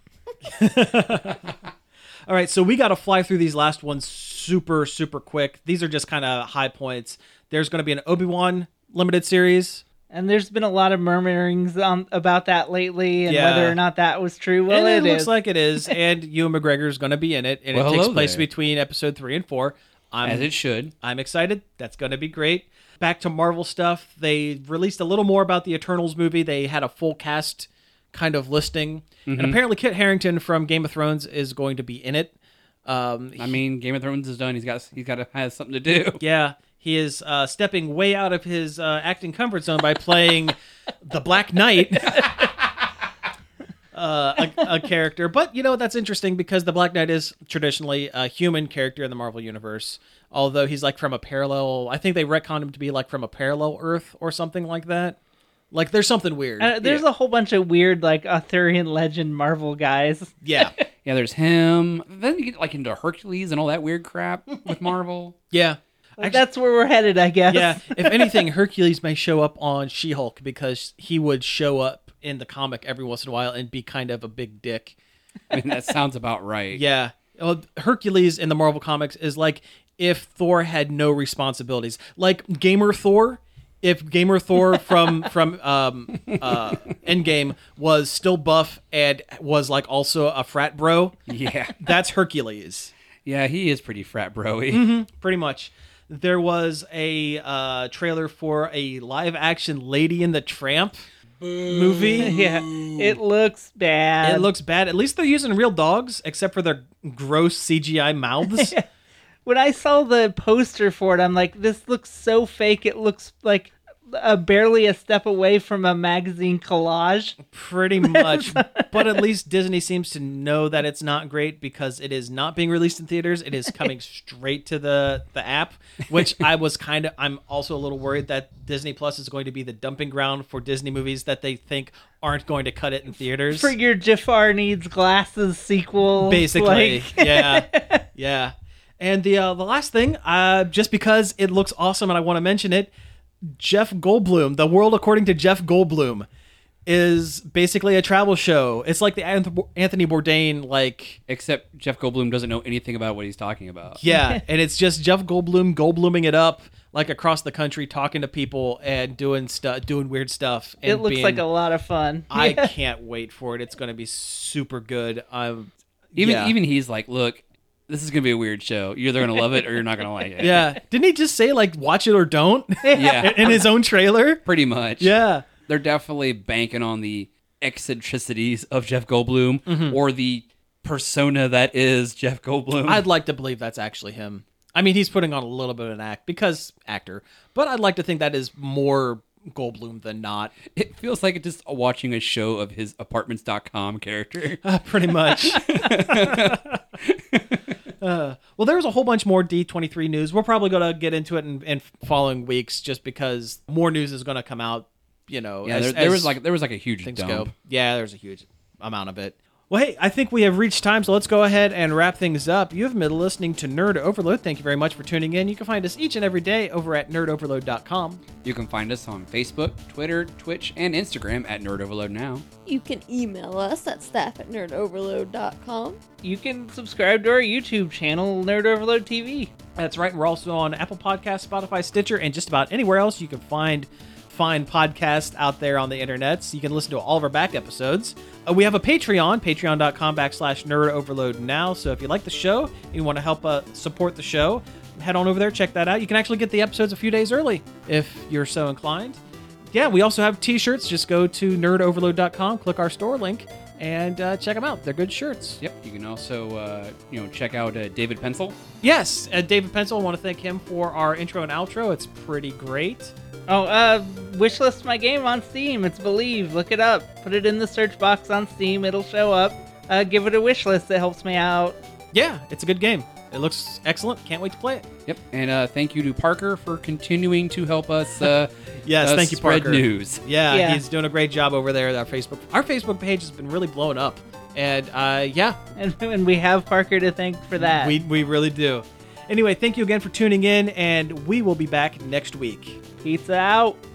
C: All right, so we got to fly through these last ones super, super quick. These are just kind of high points. There's going to be an Obi Wan limited series.
B: And there's been a lot of murmurings on, about that lately, and
C: Yeah.
B: whether or not that was true. Well,
C: and it,
B: it
C: looks
B: is.
C: like it is, and Ewan McGregor is going to be in it, and
D: Well,
C: it takes
D: hello
C: place
D: there.
C: between episode three and four. I'm,
D: as it should.
C: I'm excited. That's going to be great. Back to Marvel stuff. They released a little more about the Eternals movie. They had a full cast kind of listing, and apparently Kit Harrington from Game of Thrones is going to be in it. Um,
D: I mean, Game of Thrones is done. He's got he's got to have something to do.
C: Yeah, he is uh, stepping way out of his uh, acting comfort zone by playing the Black Knight, uh, a, a character. But you know that's interesting because the Black Knight is traditionally a human character in the Marvel universe. Although he's like from a parallel, I think they retconned him to be like from a parallel Earth or something like that. Like there's something weird.
B: Uh, there's a whole bunch of weird, like Arthurian legend Marvel guys.
C: yeah,
D: Yeah, there's him. Then you get like into Hercules and all that weird crap with Marvel.
C: yeah. Actu-
B: That's where we're headed, I guess.
C: yeah, if anything, Hercules may show up on She Hulk because he would show up in the comic every once in a while and be kind of a big dick.
D: I mean, that sounds about right.
C: Yeah. Well, Hercules in the Marvel comics is like if Thor had no responsibilities, like Gamer Thor. If Gamer Thor from from um, uh, Endgame was still buff and was like also a frat bro,
D: yeah,
C: that's Hercules
D: yeah. He is pretty frat broy.
C: pretty much. There was a uh, trailer for a live action Lady in the Tramp movie.
B: yeah. It looks bad.
C: It looks bad. At least they're using real dogs, except for their gross CGI mouths.
B: when I saw the poster for it, I'm like, this looks so fake. It looks like uh, barely a step away from a magazine collage.
C: Pretty much. but at least Disney seems to know that it's not great because it is not being released in theaters. It is coming straight to the the app, which I was kind of I'm also a little worried that Disney Plus is going to be the dumping ground for Disney movies that they think aren't going to cut it in theaters.
B: For your Jafar needs glasses sequel,
C: basically.
B: like-
C: yeah, yeah. And the uh, the last thing, uh, just because it looks awesome and I want to mention it, Jeff Goldblum, the world according to Jeff Goldblum, is basically a travel show. It's like the Anth- Anthony Bourdain, like
D: Except Jeff Goldblum doesn't know anything about what he's talking about.
C: yeah, and it's just Jeff Goldblum Goldbluming it up. Like across the country, talking to people and doing stuff, doing weird stuff. And
B: it looks
C: being-
B: like a lot of fun.
C: I can't wait for it. It's going to be super good. Um, I'm
D: Even
C: yeah.
D: even he's like, look, this is gonna be a weird show. You're either gonna love it or you're not gonna like it.
C: Yeah. Didn't he just say like watch it or don't?
D: Yeah.
C: In his own trailer?
D: pretty much.
C: Yeah.
D: they're definitely banking on the eccentricities of Jeff Goldblum
C: Mm-hmm.
D: or the persona that is Jeff Goldblum.
C: I'd like to believe that's actually him. I mean, he's putting on a little bit of an act because actor, but I'd like to think that is more Goldblum than not.
D: it feels like it's just watching a show of his apartments.com character.
C: Pretty much. Uh, well, there was a whole bunch more D23 news. We're probably going to get into it in, in following weeks just because more news is going to come out, you know.
D: yeah,
C: as-
D: there, there
C: as
D: was like there was like a huge
C: things
D: dump.
C: go. Yeah, there's a huge amount of it. Well, hey, I think we have reached time, so let's go ahead and wrap things up. You've been listening to Nerd Overload. Thank you very much for tuning in. You can find us each and every day over at nerdoverload.com.
D: You can find us on Facebook, Twitter, Twitch, and Instagram at Nerd Overload now.
E: You can email us at staff at nerdoverload.com.
B: You can subscribe to our YouTube channel, Nerd Overload TV.
C: That's right. We're also on Apple Podcasts, Spotify, Stitcher, and just about anywhere else you can find fine podcasts out there on the internet. So you can listen to all of our back episodes. Uh, we have a Patreon, patreon.com backslash nerd overload now. So if you like the show and you want to help uh, support the show, head on over there, check that out. You can actually get the episodes a few days early if you're so inclined. Yeah, we also have t shirts. Just go to nerdoverload.com, click our store link, and uh, check them out. They're good shirts.
D: Yep. You can also uh, you know check out uh, David Pencil.
C: Yes, uh, David Pencil. I want to thank him for our intro and outro. It's pretty great.
B: Oh, uh, wishlist my game on Steam. It's Believe. Look it up. Put it in the search box on Steam. It'll show up. Uh, give it a wish list. It helps me out.
C: Yeah, it's a good game. It looks excellent. Can't wait to play it.
D: Yep. And uh, thank you to Parker for continuing to help us. Uh,
C: Yes,
D: uh,
C: thank you,
D: spread
C: Parker.
D: news.
C: Yeah,
B: Yeah.
C: he's doing a great job over there. At our Facebook, our Facebook page has been really blown up, and uh, yeah,
B: And, and we have Parker to thank for that.
C: we we really do. Anyway, thank you again for tuning in, and we will be back next week.
B: Pizza out.